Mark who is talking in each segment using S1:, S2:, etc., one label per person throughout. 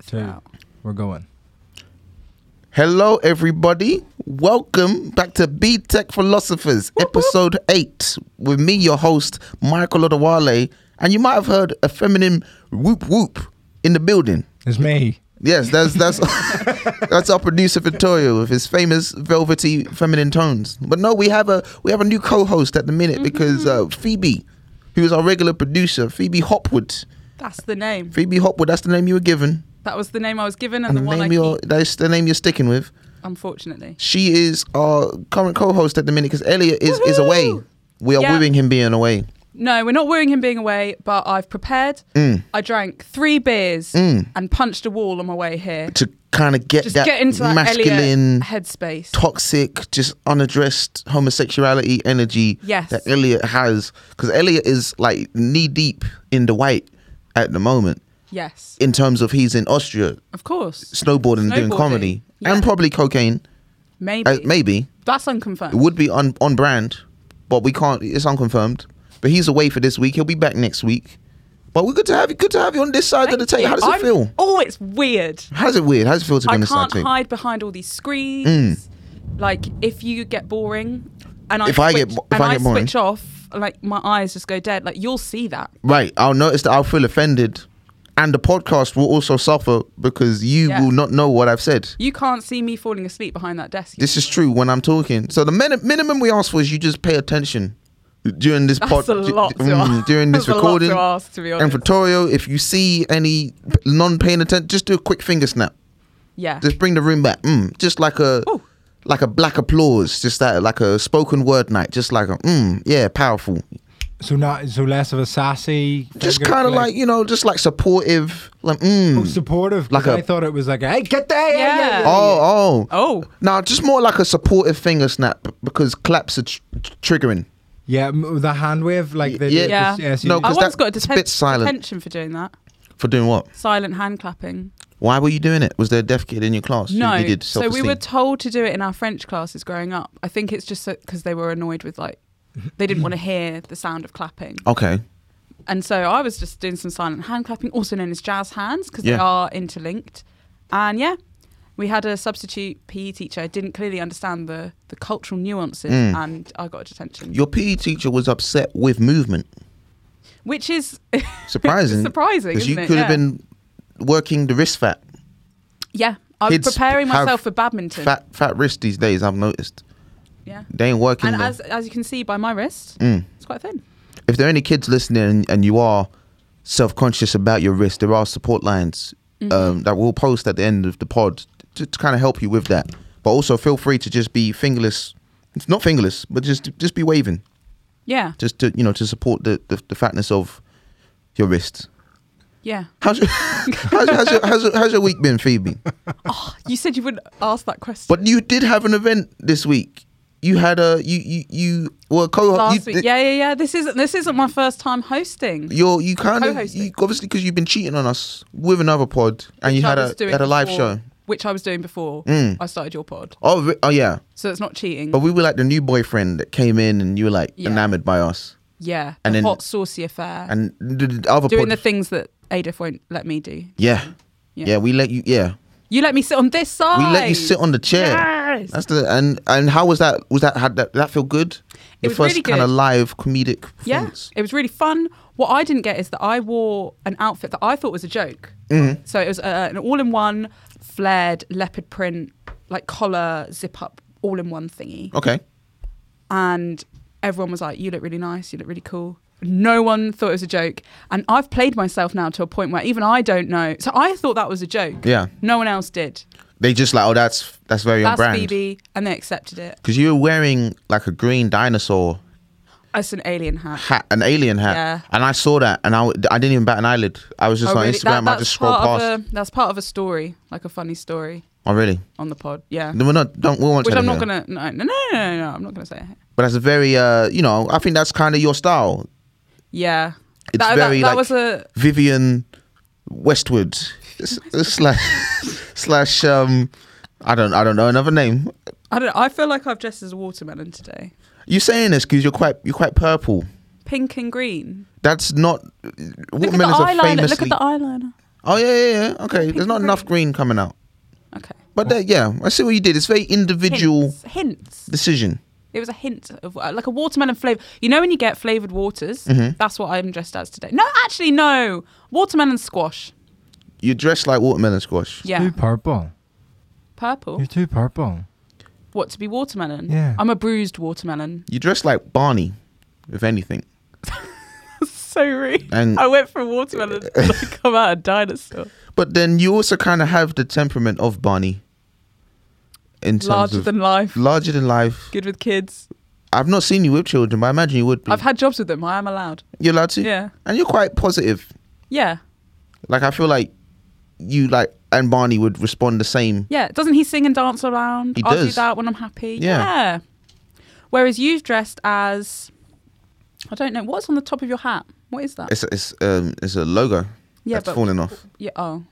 S1: So we're going.
S2: Hello, everybody. Welcome back to B Tech Philosophers, episode eight, with me, your host, Michael Odawale. And you might have heard a feminine whoop whoop in the building.
S1: It's me.
S2: Yes, that's that's that's our producer Vittorio with his famous velvety feminine tones. But no, we have a we have a new co-host at the minute
S3: Mm-hmm.
S2: because uh, Phoebe, who is our regular producer, Phoebe Hopwood.
S3: That's the name.
S2: Phoebe Hopwood, that's the name you were given,
S3: That was the name I was given, and,
S2: and,
S3: the
S2: the
S3: one I
S2: name
S3: keep,
S2: you're that's the name you're sticking with.
S3: unfortunately.
S2: She is our current co-host at the minute because Elliot is, is away.
S3: Woohoo!
S2: We are
S3: Yeah.
S2: wooing him being away.
S3: No, we're not worrying him being away, but I've prepared.
S2: Mm.
S3: I drank three beers and punched a wall on my way here.
S2: To kind of get
S3: Just
S2: that
S3: get into that
S2: masculine,
S3: Elliot headspace.
S2: toxic, just unaddressed homosexuality energy
S3: Yes.
S2: that Elliot has. Because Elliot is like knee deep in the white at the moment
S3: yes,
S2: in terms of he's in Austria
S3: of course.
S2: snowboarding, and doing
S3: Snowboarding,
S2: comedy
S3: yeah.
S2: and probably cocaine.
S3: Maybe.
S2: Uh, maybe.
S3: That's
S2: It
S3: unconfirmed.
S2: would be on on brand, but we can't. It's unconfirmed. But he's away for this week. He'll be back next week. But we're good to have you. Good to have you on this side of the
S3: Thank
S2: table.
S3: you.
S2: How does
S3: I'm-
S2: it feel?
S3: Oh, it's weird.
S2: How's it weird? How does it feel to be
S3: I
S2: on this side
S3: can't
S2: too? Mm.
S3: hide behind all these screens. Like if you get boring, and I
S2: If I get
S3: switch-
S2: bo- if
S3: and
S2: I get boring.
S3: switch off, like my eyes just go dead. Like you'll see that.
S2: Right. I'll notice that I'll feel offended, and the podcast will also suffer because you
S3: Yeah.
S2: will not know what I've said.
S3: You can't see me falling asleep behind that desk.
S2: This is true when I'm talking. So the min- minimum we ask for is you just pay attention during this
S3: That's
S2: podcast.
S3: a lot to ask.
S2: mm, during this
S3: That's a lot
S2: recording.
S3: to ask, to be
S2: And
S3: honest.
S2: Vittorio, if you see any non-paying attention, just do a quick finger snap.
S3: yeah.
S2: Just bring the room back. Mm, just like a
S3: Ooh.
S2: like a black applause. Just that like a spoken word night. Just like a mm, yeah, powerful.
S1: So not so less of a sassy.
S2: Just
S1: finger
S2: kind of
S1: flick.
S2: like you know, just like supportive. Like mm.
S1: Oh, supportive.
S2: Like
S1: Like
S2: a-
S1: I thought it was like, hey, get there. Yeah. yeah,
S3: Yeah.
S1: yeah,
S2: Oh, oh.
S3: Oh,
S2: Now, just more like a supportive finger snap because claps are tr- tr- triggering.
S1: yeah. m- the hand wave, like the
S2: Yeah.
S3: Yeah. Oh,
S1: yes,
S2: No,
S1: you-
S3: I
S2: Because
S3: once
S2: that-
S3: got a
S2: it's a
S3: deten-
S2: bit silent.
S3: detention for doing that.
S2: For doing what?
S3: Silent hand clapping.
S2: Why were you doing it? Was there a deaf kid in your class? who
S3: no.
S2: needed
S3: So we
S2: self-esteem?
S3: were told to do it in our French classes growing up. I think it's just because they were annoyed with like they didn't want to hear the sound of clapping,
S2: okay.
S3: and so I was just doing some silent hand clapping, also known as jazz hands, because they
S2: Yeah.
S3: are interlinked. And yeah, we had a substitute PE teacher didn't clearly understand the the cultural nuances,
S2: Mm.
S3: and I got a detention,
S2: Your PE teacher was upset with movement.
S3: which is
S2: Surprising.
S3: surprising.
S2: Because you
S3: isn't it?
S2: could have
S3: Yeah.
S2: been working the wrist fat.
S3: Yeah, I was
S2: Kids
S3: preparing
S2: have
S3: myself for badminton.
S2: Fat fat wrist these days, I've noticed.
S3: yeah,
S2: They ain't working.
S3: and
S2: there.
S3: as as you can see by my wrist,
S2: Mm.
S3: it's quite thin.
S2: If there are any kids listening and, and you are self conscious about your wrist, there are support lines
S3: Mm-hmm.
S2: um, that we'll post at the end of the pod to, to kind of help you with that. But also feel free to just be fingerless, it's not fingerless, but just just be waving,
S3: Yeah,
S2: just to you know to support the, the, the fatness of your wrist.
S3: yeah.
S2: How's your, how's, your- how's, your, how's, your, how's your week been, Phoebe?
S3: Ah, You said you wouldn't ask that question.
S2: But you did have an event this week. You had a you you you were co
S3: Last
S2: you,
S3: week, yeah, yeah, yeah. This isn't this isn't my first time hosting.
S2: You're you kind of
S3: Co-hosting.
S2: you, obviously because you've been cheating on us with another pod, and you
S3: which I
S2: had a
S3: was doing
S2: had a live
S3: before-
S2: show. Mm.
S3: which I was doing before I started your pod,
S2: Oh re- oh yeah,
S3: so it's not cheating.
S2: but we were like the new boyfriend that came in, and you were like
S3: Yeah.
S2: enamored by us,
S3: yeah, the
S2: and then-
S3: hot saucy affair,
S2: and the, the other
S3: doing
S2: pod.
S3: the things that Adif won't let me do.
S2: yeah. yeah,
S3: Yeah.
S2: we let you. Yeah,
S3: You let me sit on this side.
S2: we let you sit on the chair.
S3: Yes.
S2: That's the and and how was that? Was that had that, did that feel good? The
S3: was
S2: first
S3: really
S2: kind of
S3: good.
S2: live comedic.
S3: Yeah,
S2: performance.
S3: it was really fun. What I didn't get is that I wore an outfit that I thought was a joke.
S2: Mm-hmm.
S3: So it was uh, an all-in-one flared leopard print, like collar zip up, all-in-one thingy.
S2: Okay.
S3: And everyone was like, "You look really nice. You look really cool." No one thought it was a joke, and I've played myself now to a point where even I don't know. So I thought that was a joke.
S2: Yeah.
S3: No one else did.
S2: They just like oh that's that's very on
S3: That's
S2: brand
S3: Phoebe, and they accepted it.
S2: because you were wearing like a green dinosaur
S3: It's an alien hat.
S2: hat, an alien hat,
S3: Yeah.
S2: and I saw that, and I, w- I didn't even bat an eyelid. I was just
S3: Oh,
S2: on
S3: really?
S2: Instagram. I
S3: that's
S2: just scrolled
S3: part
S2: past.
S3: of a- that's part of a story, like a funny story
S2: oh really?
S3: on the pod. Yeah.
S2: No, we're not. Don't we won't
S3: Which
S2: tell
S3: I'm
S2: them
S3: not
S2: here.
S3: gonna. No, no, no, no, no, no. I'm not gonna say it.
S2: But that's a very uh, you know, I think that's kind of your style,
S3: Yeah.
S2: It's
S3: that,
S2: very,
S3: that,
S2: like-
S3: that was a
S2: Vivian Westwood S- slash slash um, I don't I don't know another name.
S3: I don't know, I feel like I've dressed as a watermelon today.
S2: You're saying this because you're quite you're quite purple.
S3: Pink and green.
S2: That's not.
S3: Look at the
S2: Watermelons are
S3: eyeliner. Look
S2: famously
S3: at the eyeliner.
S2: Oh yeah, yeah, yeah. Okay,
S3: Pink
S2: there's not
S3: and
S2: enough green coming out.
S3: Okay.
S2: But that, yeah, I see what you did. It's very individual
S3: Hints. hints.
S2: decision.
S3: It was a hint of uh, like a watermelon flavor. You know when you get flavored waters?
S2: Mm-hmm.
S3: That's what I'm dressed as today. No, actually, no. Watermelon squash.
S2: You're dressed like watermelon squash.
S3: Yeah.
S1: Too purple.
S3: Purple.
S1: You're too purple.
S3: What to be watermelon?
S1: Yeah.
S3: I'm a bruised watermelon.
S2: You're dressed like Barney, if anything.
S3: so rude.
S2: And-
S3: I went for a watermelon. I come out a dinosaur.
S2: But then you also kind of have the temperament of Barney. In terms
S3: Larger
S2: of
S3: than life.
S2: larger than life.
S3: Good with kids.
S2: I've not seen you with children, but I imagine you would be.
S3: I've had jobs with them. I am allowed.
S2: you're allowed to,
S3: Yeah.
S2: and you're quite positive.
S3: Yeah.
S2: Like I feel like you like and Barney would respond the same.
S3: Yeah. Doesn't he sing and dance around?
S2: He
S3: I'll do
S2: does.
S3: that when I'm happy.
S2: Yeah.
S3: yeah. Whereas you've dressed as I don't know, what's on the top of your hat? What is that?
S2: It's it's um it's a logo
S3: Yeah,
S2: that's
S3: but-
S2: falling off.
S3: Yeah. Oh.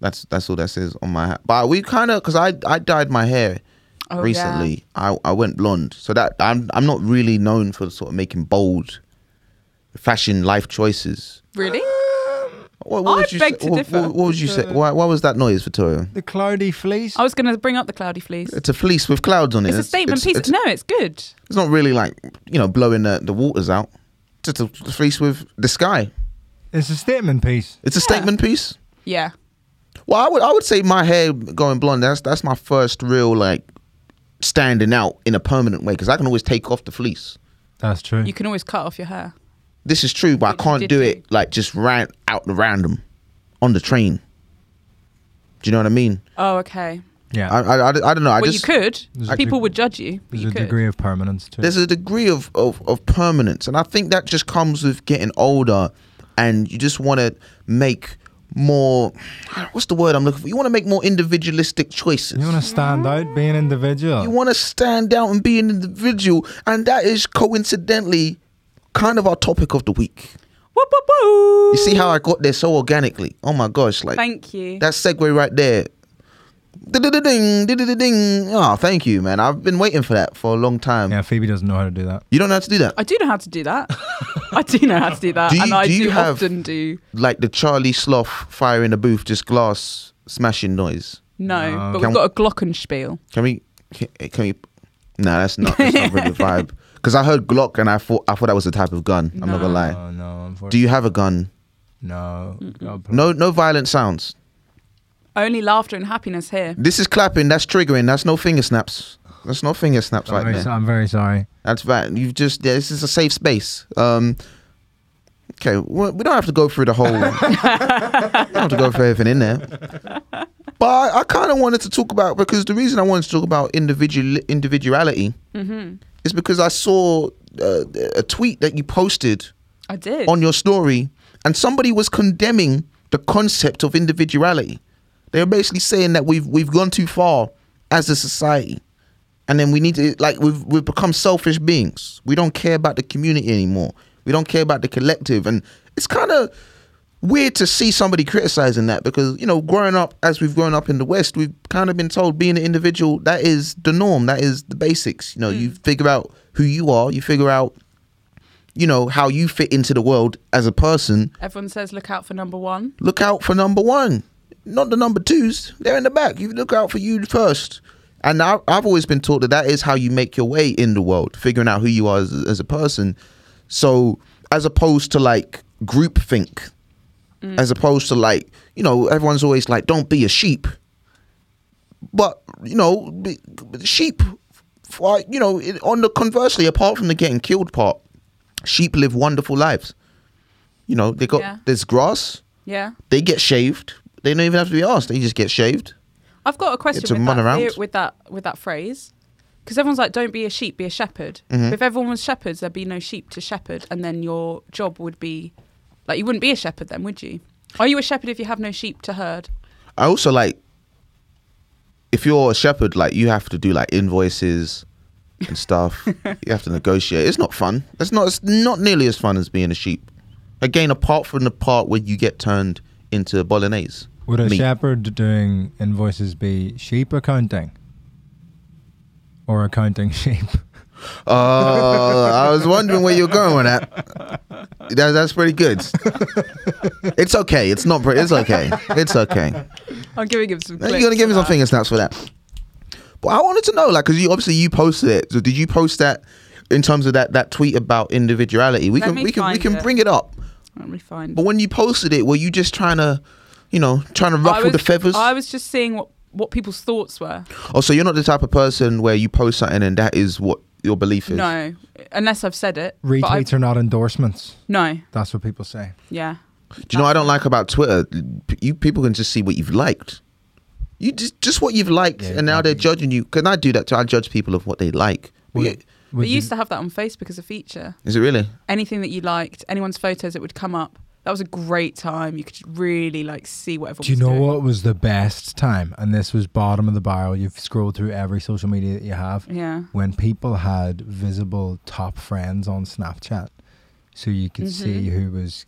S2: That's that's all that says on my hat. But we kind of because I I dyed my hair
S3: Oh, yeah.
S2: recently. I I went blonde, so that I'm I'm not really known for sort of making bold fashion life choices.
S3: Really?
S2: What,
S3: I
S2: would you
S3: beg
S2: say-
S3: to
S2: what,
S3: differ.
S2: What, what would you say?
S1: Uh,
S2: Why, why was that noise, Vittorio?
S1: The cloudy fleece.
S3: I was going to bring up the cloudy fleece.
S2: It's a fleece with clouds on it.
S3: It's a statement piece.
S2: It's,
S3: no, it's good.
S2: it's not really like you know blowing the, the waters out. Just a fleece with the sky.
S1: It's a statement piece.
S2: It's a statement piece.
S3: Yeah.
S2: Well, I would I would say my hair going blonde. That's that's my first real like standing out in a permanent way because I can always take off the fleece.
S1: That's true.
S3: You can always cut off your hair.
S2: This is true, but I
S3: Which
S2: can't
S3: did
S2: do
S3: you.
S2: it like just ran out the random on the train. Do you know what I mean?
S3: Oh, okay.
S1: yeah.
S2: I I, I, don't know. I
S3: well,
S2: just
S3: you could.
S1: There's a
S3: People
S1: deg-
S3: would judge you. But
S1: There's
S3: you
S1: a
S3: could.
S1: degree of permanence to it.
S2: there's a degree of, of, of permanence and i think that just comes with getting older and you just want to make more what's the word i'm looking for you want to make more individualistic choices
S1: You want to stand
S3: Mm.
S1: out, be an individual.
S2: you want to stand out and be an individual and that is coincidentally kind of our topic of the week
S3: Whoop, whoop, whoop.
S2: you see how i got there so organically oh my gosh like
S3: Thank you.
S2: that segue right there Ding, ding, ding. Oh, thank you, man. I've been waiting for that for a long time.
S1: yeah, Phoebe doesn't know how to do that.
S2: You don't know how to do that.
S3: I do know how to do that. I do know how to do that,
S2: Do you-
S3: and I
S2: do
S3: do,
S2: you have-
S3: often do.
S2: like the Charlie Sloth fire in the booth, just glass smashing noise.
S3: No,
S1: No.
S3: but
S2: Can-
S3: we've got a Glockenspiel.
S2: Can we? Can, eh, can we? No, that's not. That's not really the vibe. Because I heard Glock and I thought I thought that was a type of gun. I'm not
S3: No.
S2: gonna lie.
S1: Oh, no,
S2: Do
S1: unfortunately.
S2: you have a gun?
S1: no. God, please.
S2: No, no violent sounds.
S3: Only laughter and happiness here.
S2: This is clapping. That's triggering. That's no finger snaps. That's no finger snaps
S1: I'm,
S2: right
S1: very, so-
S2: there.
S1: I'm very sorry.
S2: That's right. You've just. Yeah, this is a safe space. Um. Okay, well, we don't have to go through the whole. we don't have to go through everything in there. But I, I kind of wanted to talk about because the reason I wanted to talk about individual individuality
S3: Mm-hmm.
S2: is because I saw uh, a tweet that you posted
S3: I did.
S2: on your story, and somebody was condemning the concept of individuality. They were basically saying that we've we've gone too far as a society, and then we need to like we've we've become selfish beings. We don't care about the community anymore. We don't care about the collective, and it's kind of weird to see somebody criticizing that because you know growing up as we've grown up in the west we've kind of been told being an individual that is the norm that is the basics you know you figure out who you are you figure out you know how you fit into the world as a person
S3: Everyone says look out for number one.
S2: look out for number one not the number twos they're in the back you look out for you first and I, i've always been taught that that is how you make your way in the world figuring out who you are as, as a person so as opposed to like groupthink as opposed to like you know everyone's always like don't be a sheep but you know be- sheep f- like, you know it- on the conversely apart from the getting killed part sheep live wonderful lives you know they got
S3: Yeah.
S2: there's grass
S3: Yeah.
S2: they get shaved they don't even have to be asked they just get shaved
S3: I've got a question
S2: It's a
S3: with,
S2: run
S3: that,
S2: around.
S3: theo- with that with that phrase. Because everyone's like, don't be a sheep, be a shepherd.
S2: Mm-hmm.
S3: But if everyone was shepherds, there'd be no sheep to shepherd, and then your job would be like you wouldn't be a shepherd then, would you? Are you a shepherd if you have no sheep to herd?
S2: i also like if you're a shepherd like you have to do like invoices and stuff you have to negotiate it's not fun it's not it's not nearly as fun as being a sheep again apart from the part where you get turned into bolognese
S1: Would a
S2: meat.
S1: shepherd doing invoices be sheep accounting? Or accounting sheep?
S2: Oh, Uh, I was wondering where you're going with that. That, that's pretty good. it's okay. It's not. pre- It's okay. It's okay.
S3: I'm giving him some.
S2: You're
S3: clicks
S2: gonna give
S3: for
S2: me some
S3: that.
S2: finger snaps for that. But I wanted to know, like, because you obviously you posted it. So did you post that in terms of that that tweet about individuality? We
S3: Let
S2: can
S3: me
S2: we can we
S3: find
S2: can
S3: it.
S2: bring it up.
S3: Let me find.
S2: But when you posted it, were you just trying to, you know, trying to
S3: I
S2: ruffle
S3: was,
S2: the feathers?
S3: I was just seeing what what people's thoughts were.
S2: oh, so you're not the type of person where you post something and that is what your belief is.
S3: No, unless I've said it. but I-
S1: Retweets are not endorsements.
S3: no.
S1: That's what people say.
S3: Yeah.
S2: Do you know what I don't like about Twitter? P- You people can just see what you've liked. You just just what you've liked,
S1: Yeah,
S2: and now they're judging you. Can I do that? Too? I judge people of what they like.
S1: Would-
S2: Yeah.
S1: would
S3: we
S1: you-
S3: used to have that on Facebook as a feature.
S2: Is it really?
S3: Anything that you liked, anyone's photos, it would come up. That was a great time. You could really like see what everyone.
S1: Do you
S3: was
S1: know
S3: doing.
S1: what was the best time? And this was bottom of the barrel. You've scrolled through every social media that you have.
S3: Yeah.
S1: When people had visible top friends on Snapchat, so you could
S3: Mm-hmm.
S1: see who was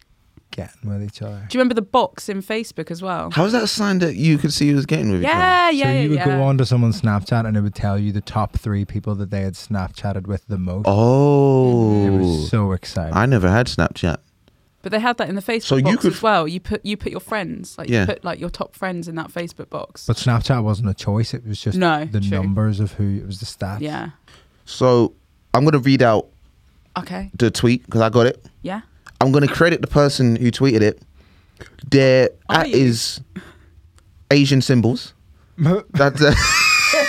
S1: getting with each other.
S3: Do you remember the box in Facebook as well?
S2: How is that a sign that you could see who was getting with each other?
S3: Yeah, yeah,
S1: so
S3: yeah.
S1: you would
S3: yeah.
S1: go onto someone's Snapchat and it would tell you the top three people that they had Snapchatted with the most. It
S2: Oh,
S1: was so exciting.
S2: I never had Snapchat.
S3: But they had that in the Facebook
S2: So you
S3: box
S2: could-
S3: as well. You put you put your friends, like
S2: Yeah.
S3: you put like your top friends in that Facebook box.
S1: but Snapchat wasn't a choice. It was just
S3: No,
S1: the
S3: true.
S1: numbers of who it was the stats.
S3: yeah.
S2: So I'm gonna read out
S3: Okay.
S2: the tweet because I got it.
S3: Yeah.
S2: I'm gonna credit the person who tweeted it. There
S3: Are
S2: at
S3: you?
S2: is Asian symbols. That's uh,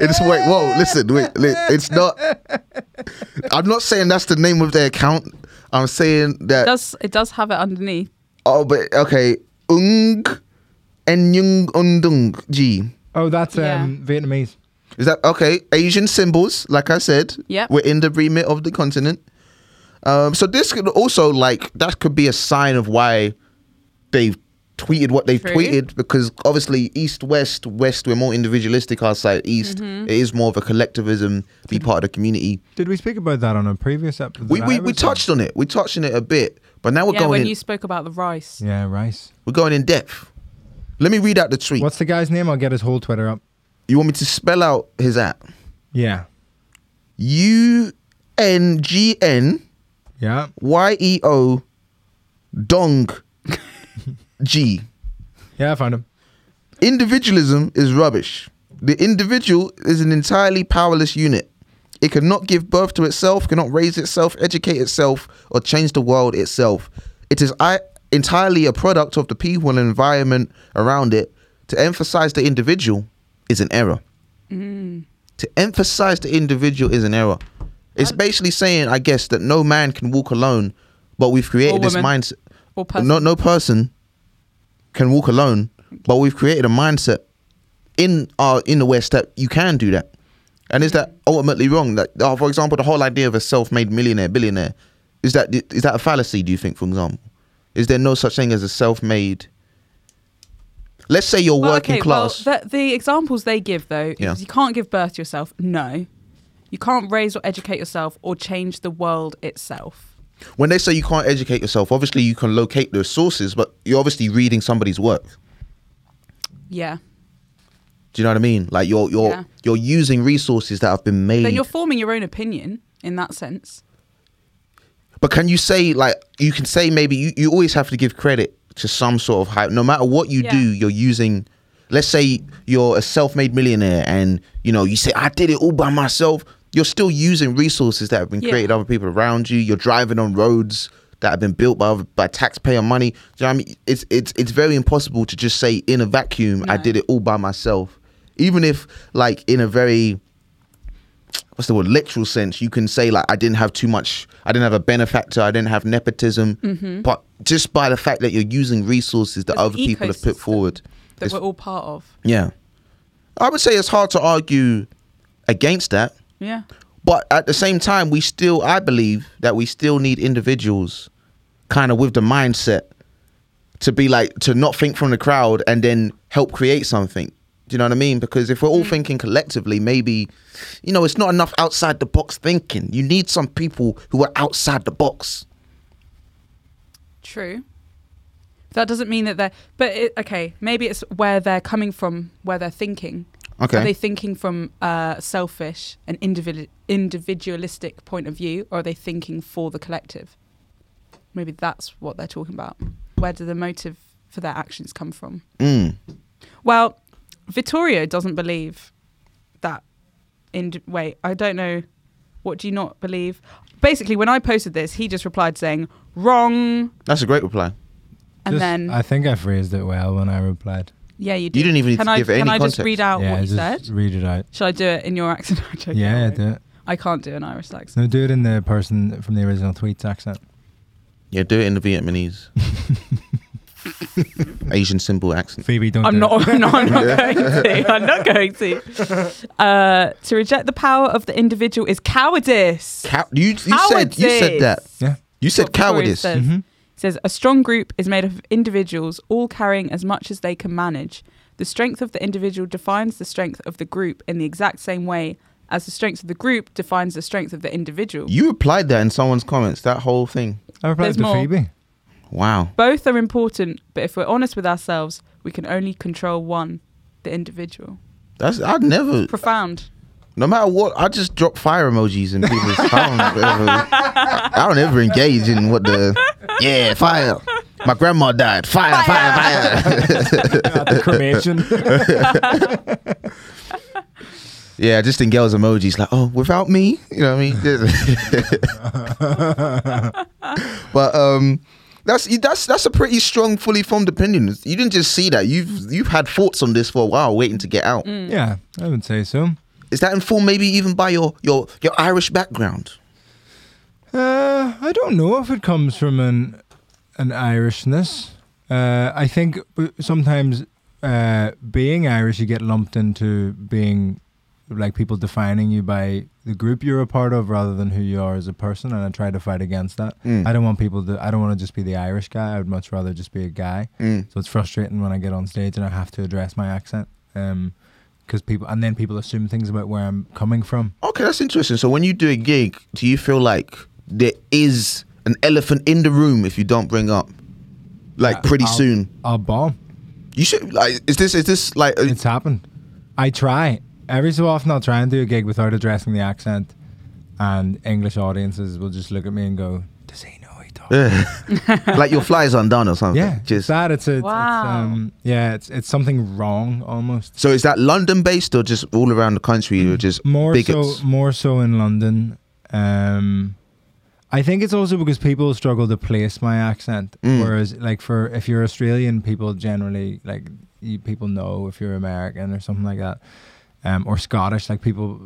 S2: it's wait. Whoa, listen, wait, li- it's not. I'm not saying that's the name of their account. I'm saying that.
S3: It does it does have it underneath.
S2: oh, but okay, Ung Enyung Undung G.
S1: Oh, that's
S3: Yeah.
S1: um, Vietnamese.
S2: Is that okay? Asian symbols, like I said,
S3: Yep.
S2: we're in the remit of the continent. Um, so this could also like that could be a sign of why they've tweeted what they've
S3: True.
S2: tweeted because obviously east west west we're more individualistic outside east
S3: Mm-hmm.
S2: it is more of a collectivism be part of the community
S1: Did we speak about that on a previous episode?
S2: we
S1: that
S2: we,
S1: I
S2: we
S1: was uh, on?
S2: touched on it we touched on it a bit but now we're
S3: yeah,
S2: going
S3: when
S2: in,
S3: you spoke about the rice.
S1: Yeah, rice.
S2: we're going in depth let me read out the tweet
S1: What's the guy's name? I'll get his whole Twitter up.
S2: you want me to spell out his app
S1: Yeah.
S2: u n g n
S1: Yeah.
S2: Y E O Dong G.
S1: Yeah, I found him.
S2: Individualism is rubbish. The individual is an entirely powerless unit. It cannot give birth to itself, cannot raise itself, educate itself, or change the world itself. It is I- entirely a product of the people and environment around it. To emphasize the individual is an error.
S3: Mm.
S2: To emphasize the individual is an error. It's basically saying, I guess, that no man can walk alone, but we've created this
S3: woman.
S2: mindset.
S3: Or person.
S2: No, no person can walk alone, but we've created a mindset in our in the West that you can do that, and is that ultimately wrong? That, uh, for example, the whole idea of a self-made millionaire, billionaire, is that is that a fallacy? Do you think, for example, is there no such thing as a self-made? Let's say you're
S3: Well,
S2: working
S3: okay,
S2: class.
S3: Well, the, the examples they give though,
S2: Yeah.
S3: is you can't give birth to yourself. No, you can't raise or educate yourself or change the world itself.
S2: when they say you can't educate yourself, obviously you can locate those sources, but you're obviously reading somebody's work.
S3: Yeah.
S2: Do you know what I mean? Like you're you're
S3: Yeah.
S2: you're using resources that have been made.
S3: Then you're forming your own opinion in that sense.
S2: But can you say like you can say maybe you, you always have to give credit to some sort of hype. No matter what you
S3: Yeah.
S2: do, you're using let's say you're a self-made millionaire and you know you say I did it all by myself. You're still using resources that have been
S3: Yeah.
S2: created by other people around you. You're driving on roads that have been built by other- by taxpayer money. Do you know what I mean? It's it's it's very impossible to just say in a vacuum I
S3: No.
S2: did it all by myself. Even if like in a very what's the word literal sense you can say like i didn't have too much i didn't have a benefactor i didn't have nepotism
S3: Mm-hmm.
S2: but just by the fact that you're using resources that
S3: It's an
S2: other people have put
S3: ecosystem
S2: forward
S3: That
S2: It's-
S3: we're all part of.
S2: yeah i would say it's hard to argue against that
S3: Yeah.
S2: but at the same time we still i believe that we still need individuals kind of with the mindset to be like to not think from the crowd and then help create something do you know what i mean because if we're
S3: Mm.
S2: all thinking collectively maybe you know it's not enough outside the box thinking you need some people who are outside the box
S3: True. That doesn't mean that they're. But it, okay, maybe it's where they're coming from, where they're thinking. Are they thinking from a selfish and individu- individualistic point of view, or are they thinking for the collective? maybe that's what they're talking about. Where do the motive for their actions come from?
S2: Mm.
S3: Well, Vittorio doesn't believe that. In wait, I don't know. What do you not believe? Basically, when I posted this, he just replied saying wrong,
S2: That's a great reply.
S3: and
S1: Just-
S3: then
S1: I think I phrased it well when I replied.
S3: yeah, you did.
S2: You didn't even need
S3: can
S2: to
S3: I
S2: give
S3: can
S2: any
S3: I
S2: context.
S3: just read out
S1: yeah,
S3: what he
S1: just
S3: said?
S1: read it out.
S3: Should I do it in your accent? I don't
S1: yeah,
S3: know.
S1: do it.
S3: I can't do an Irish accent.
S1: No, do it in the person from the original tweet's accent.
S2: yeah, do it in the Vietnamese, Asian symbol accent.
S1: Phoebe, don't.
S3: I'm
S1: do
S3: not.
S1: It.
S3: No, I'm not going to. I'm not going to. Uh, to reject the power of the individual is cowardice.
S2: Cow- you, you said you said that.
S3: Cowardice.
S1: Yeah.
S2: You said
S3: What Victoria
S2: cowardice.
S3: said.
S1: hmm
S3: It says a strong group is made of individuals, all carrying as much as they can manage. The strength of the individual defines the strength of the group in the exact same way as the strength of the group defines the strength of the individual.
S2: You replied that in someone's comments. That whole thing.
S1: I replied
S3: There's
S1: to
S3: more.
S1: Phoebe.
S2: Wow.
S3: Both are important, but if we're honest with ourselves, we can only control one, the individual.
S2: That's I'd never.
S3: Profound.
S2: No matter what, I just drop fire emojis in people's. I, don't ever, I don't ever engage in what the. Yeah, fire. My grandma died. Fire, fire, fire.
S1: At the cremation.
S2: yeah, just in girls emojis. Like, oh, without me, you know what I mean. but um, that's that's that's a pretty strong, fully formed opinion. You didn't just see that. You've you've had thoughts on this for a while, waiting to get out.
S1: yeah, I would say so.
S2: Is that informed maybe even by your your your Irish background?
S1: Uh, I don't know if it comes from an an Irishness. Uh, I think w- sometimes uh, being Irish, you get lumped into being like people defining you by the group you're a part of rather than who you are as a person. And I try to fight against that.
S2: Mm.
S1: I don't want people to. I don't want to just be the Irish guy. I would much rather just be a guy.
S2: Mm.
S1: So it's frustrating when I get on stage and I have to address my accent. Um 'cause because people and then people assume things about where I'm coming from.
S2: Okay, that's interesting. So when you do a gig, do you feel like there is an elephant in the room if you don't bring up, like
S1: Uh,
S2: pretty
S1: I'll-
S2: soon?
S1: I'll bomb.
S2: You should like. Is this is this like? uh,
S1: It's happened. I try every so often. I'll try and do a gig without addressing the accent, and English audiences will just look at me and go, "Does he know he talks?"
S2: like your flies undone or something.
S1: Yeah, it's
S2: Just
S1: that. It's a. It's,
S3: Wow.
S1: um, yeah, it's it's something wrong almost.
S2: so is that London based or just all around the country? Or just
S1: More
S2: bigots?
S1: so, more so in London. Um, I think it's also because people struggle to place my accent,
S2: Mm.
S1: whereas like for if you're Australian, people generally like you, people know if you're American or something like that. um, or Scottish. Like people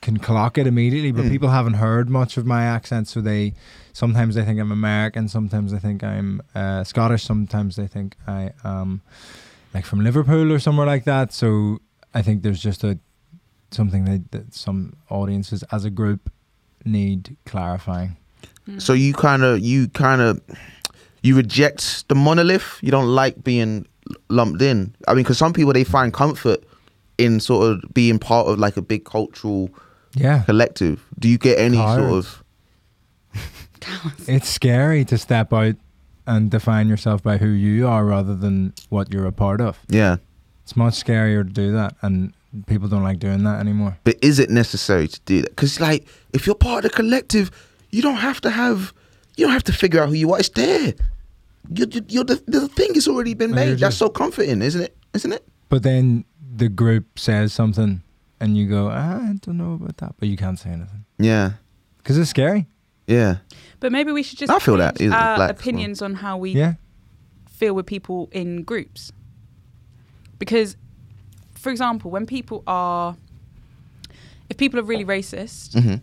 S1: can clock it immediately, but
S2: Mm.
S1: people haven't heard much of my accent, so they sometimes they think I'm American, sometimes they think I'm uh, Scottish, sometimes they think I am like from Liverpool or somewhere like that. So I think there's just a something that, that some audiences as a group need clarifying.
S2: So you kind of you kind of you reject the monolith. You don't like being lumped in. I mean, because some people they find comfort in sort of being part of like a big cultural
S1: Yeah,
S2: collective. Do you get any sort of?
S1: it's scary to step out and define yourself by who you are rather than what you're a part of.
S2: Yeah,
S1: It's much scarier to do that, and people don't like doing that anymore.
S2: but is it necessary to do that? Because like, if you're part of the collective, you don't have to have you don't have to figure out who you are. It's there. You're, you're, you're the the thing has already been
S1: No, you're
S2: made.
S1: just-
S2: That's so comforting, isn't it? Isn't it?
S1: But then the group says something, and you go, I don't know about that, but you can't say anything
S2: Yeah,
S1: because it's scary.
S2: yeah.
S3: But maybe we should just
S2: I feel that
S3: include
S2: is
S3: our
S2: black as well.
S3: opinions on how we
S1: Yeah,
S3: feel with people in groups. Because, for example, when people are, if people are really racist,
S2: hmm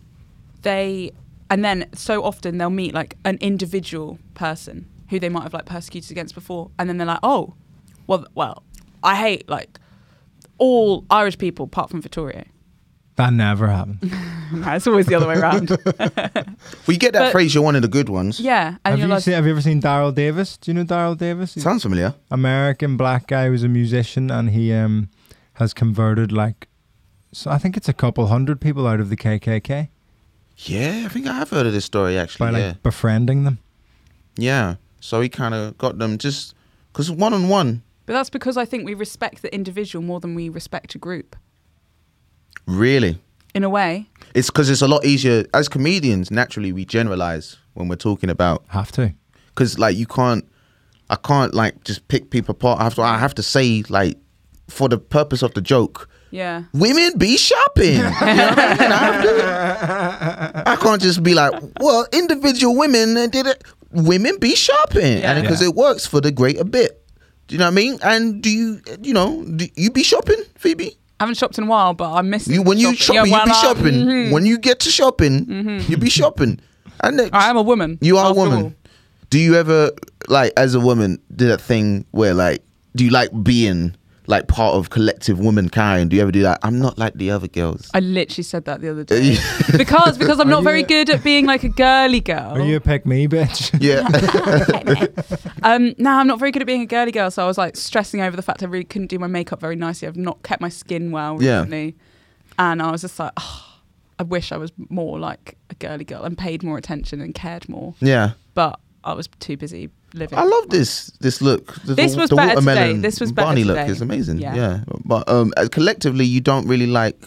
S3: they, and then so often they'll meet like an individual person who they might have like persecuted against before, and then they're like, oh, well, well, I hate like all Irish people apart from Vittorio.
S1: that never happened.
S3: it's always the other way around.
S2: We get that
S3: But-
S2: phrase. You're one of the good ones.
S3: yeah, and
S1: have
S3: you're
S1: you
S3: like,
S1: seen, Have you ever seen Daryl Davis? Do you know Daryl Davis? He's
S2: Sounds familiar.
S1: American black guy who's a musician, and he um has converted like, so I think it's a couple hundred people out of the KKK
S2: Yeah, I think I have heard of this story
S1: by
S2: actually.
S1: like
S2: yeah,
S1: befriending them.
S2: yeah. So he kind of got them just because one on one,
S3: but that's because I think we respect the individual more than we respect a group
S2: really.
S3: in a way.
S2: It's because it's a lot easier as comedians. Naturally, we generalize when we're talking about
S1: Have to.
S2: because like you can't, I can't like just pick people apart. I have to, I have to say like, for the purpose of the joke,
S3: Yeah.
S2: women be shopping. You know what I, mean? I have to- I can't just be like, well, individual women and did it. Women be shopping, and because
S1: Yeah.
S2: it works for the greater bit. Do you know what I mean? And do you, you know, do you be shopping, Phoebe?
S3: I haven't shopped in a while, but I miss
S2: You when you shop,
S3: Yeah,
S2: you
S3: well,
S2: be
S3: I-
S2: shopping.
S3: mhm.
S2: When you get to shopping, you be shopping. And then-
S3: I am a woman.
S2: you are a
S3: after
S2: woman.
S3: all.
S2: Do you ever like as a woman do that thing where like do you like being like part of collective womankind? Do you ever do that? I'm not like the other girls.
S3: I literally said that the other
S2: Uh,
S3: day because because I'm
S1: Are
S3: not
S1: you
S3: very
S1: a-
S3: good at being like a girly girl.
S1: Are you a pick me, bitch?
S2: yeah.
S3: Um, no, I'm not very good at being a girly girl, so I was like stressing over the fact I really couldn't do my makeup very nicely. I've not kept my skin well
S2: Yeah.
S3: recently, and I was just like, oh, I wish I was more like a girly girl and paid more attention and cared more.
S2: yeah.
S3: But I was too busy living.
S2: I love this this look. The,
S3: This was
S2: the
S3: better today.
S2: watermelon
S3: This was better
S2: Barney look
S3: today.
S2: is amazing. Yeah.
S3: Yeah.
S2: But um as collectively you don't really like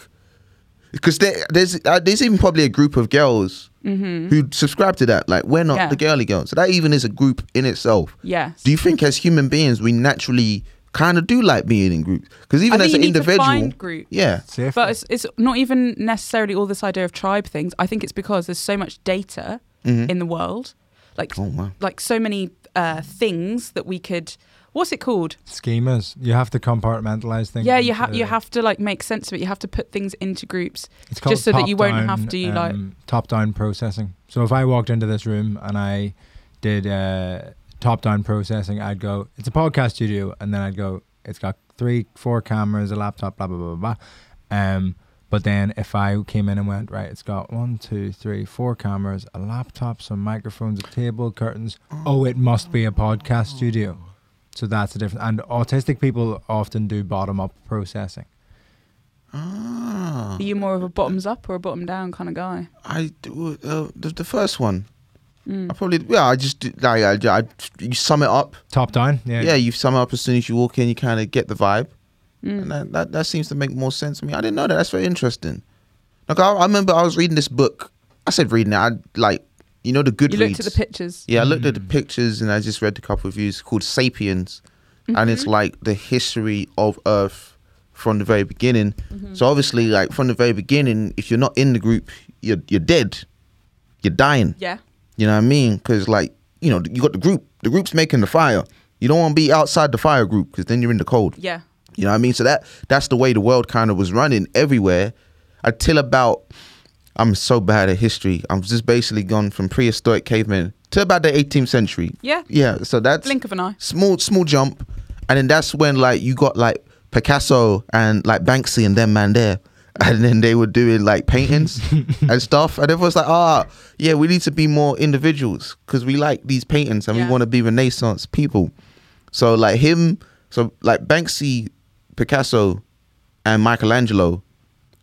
S2: because there, there's uh, there's even probably a group of girls
S3: Mm-hmm.
S2: who subscribe to that. Like we're not
S3: Yeah.
S2: the girly girls. So that even is a group in itself.
S3: Yes.
S2: Do you think as human beings we naturally kind of do like being in groups? Because even
S3: I
S2: as
S3: think you
S2: an
S3: need to
S2: individual,
S3: find group.
S2: yeah,
S1: Safe.
S3: But it's, it's not even necessarily all this idea of tribe things. I think it's because there's so much data
S2: Mhm.
S3: in the world, like
S2: oh wow,
S3: like so many uh, things that we could. What's it called?
S1: Schemas. You have to compartmentalize things.
S3: Yeah, you have
S1: into-
S3: you have to like make sense of it. You have to put things into groups.
S1: It's called
S3: just so that you won't
S1: top-down,
S3: have to, like-
S1: top down processing. So if I walked into this room and I did uh, top down processing, I'd go, "It's a podcast studio," and then I'd go, "It's got three, four cameras, a laptop, blah blah blah blah." blah. Um, but then if I came in and went, "Right, it's got one, two, three, four cameras, a laptop, some microphones, a table, curtains," oh, it must be a podcast studio. So that's the difference. And autistic people often do bottom up processing.
S2: ah,
S3: Are you more of a bottoms up or a bottom down kind of guy?
S2: I do uh, the, the first one.
S3: Mm.
S2: I probably yeah. I just do- like I, ju- I you sum it up.
S1: Top down,
S2: Yeah.
S1: yeah.
S2: you sum it up as soon as you walk in. You kind of get the vibe, and
S3: Mm.
S2: that, that that seems to make more sense to me. I didn't know that. That's very interesting. Like I, I remember I was reading this book. I said reading it. I like you know the good.
S3: You looked at the pictures.
S2: Yeah, I looked at the
S1: Mm.
S2: pictures and I just read a couple of views called Sapiens, and it's like the history of Earth from the very beginning. So obviously, like from the very beginning, if you're not in the group, you're you're dead, you're dying.
S3: Yeah.
S2: You know what I mean? Because like you know, you got the group. The group's making the fire. You don't want to be outside the fire group because then you're in the cold.
S3: Yeah.
S2: You know what I mean? So that that's the way the world kind of was running everywhere until about I'm so bad at history. I'm just basically gone from prehistoric cavemen to about the 18th century.
S3: Yeah.
S2: Yeah, so that's
S3: Blink of an eye.
S2: small small jump, and then that's when like you got like Picasso and like Banksy and them man there, and then they were doing like paintings and stuff, and everyone's like, ah, yeah, we need to be more individuals because we like these paintings and we
S3: Yeah.
S2: want to be Renaissance people. So like him, so like Banksy, Picasso, and Michelangelo,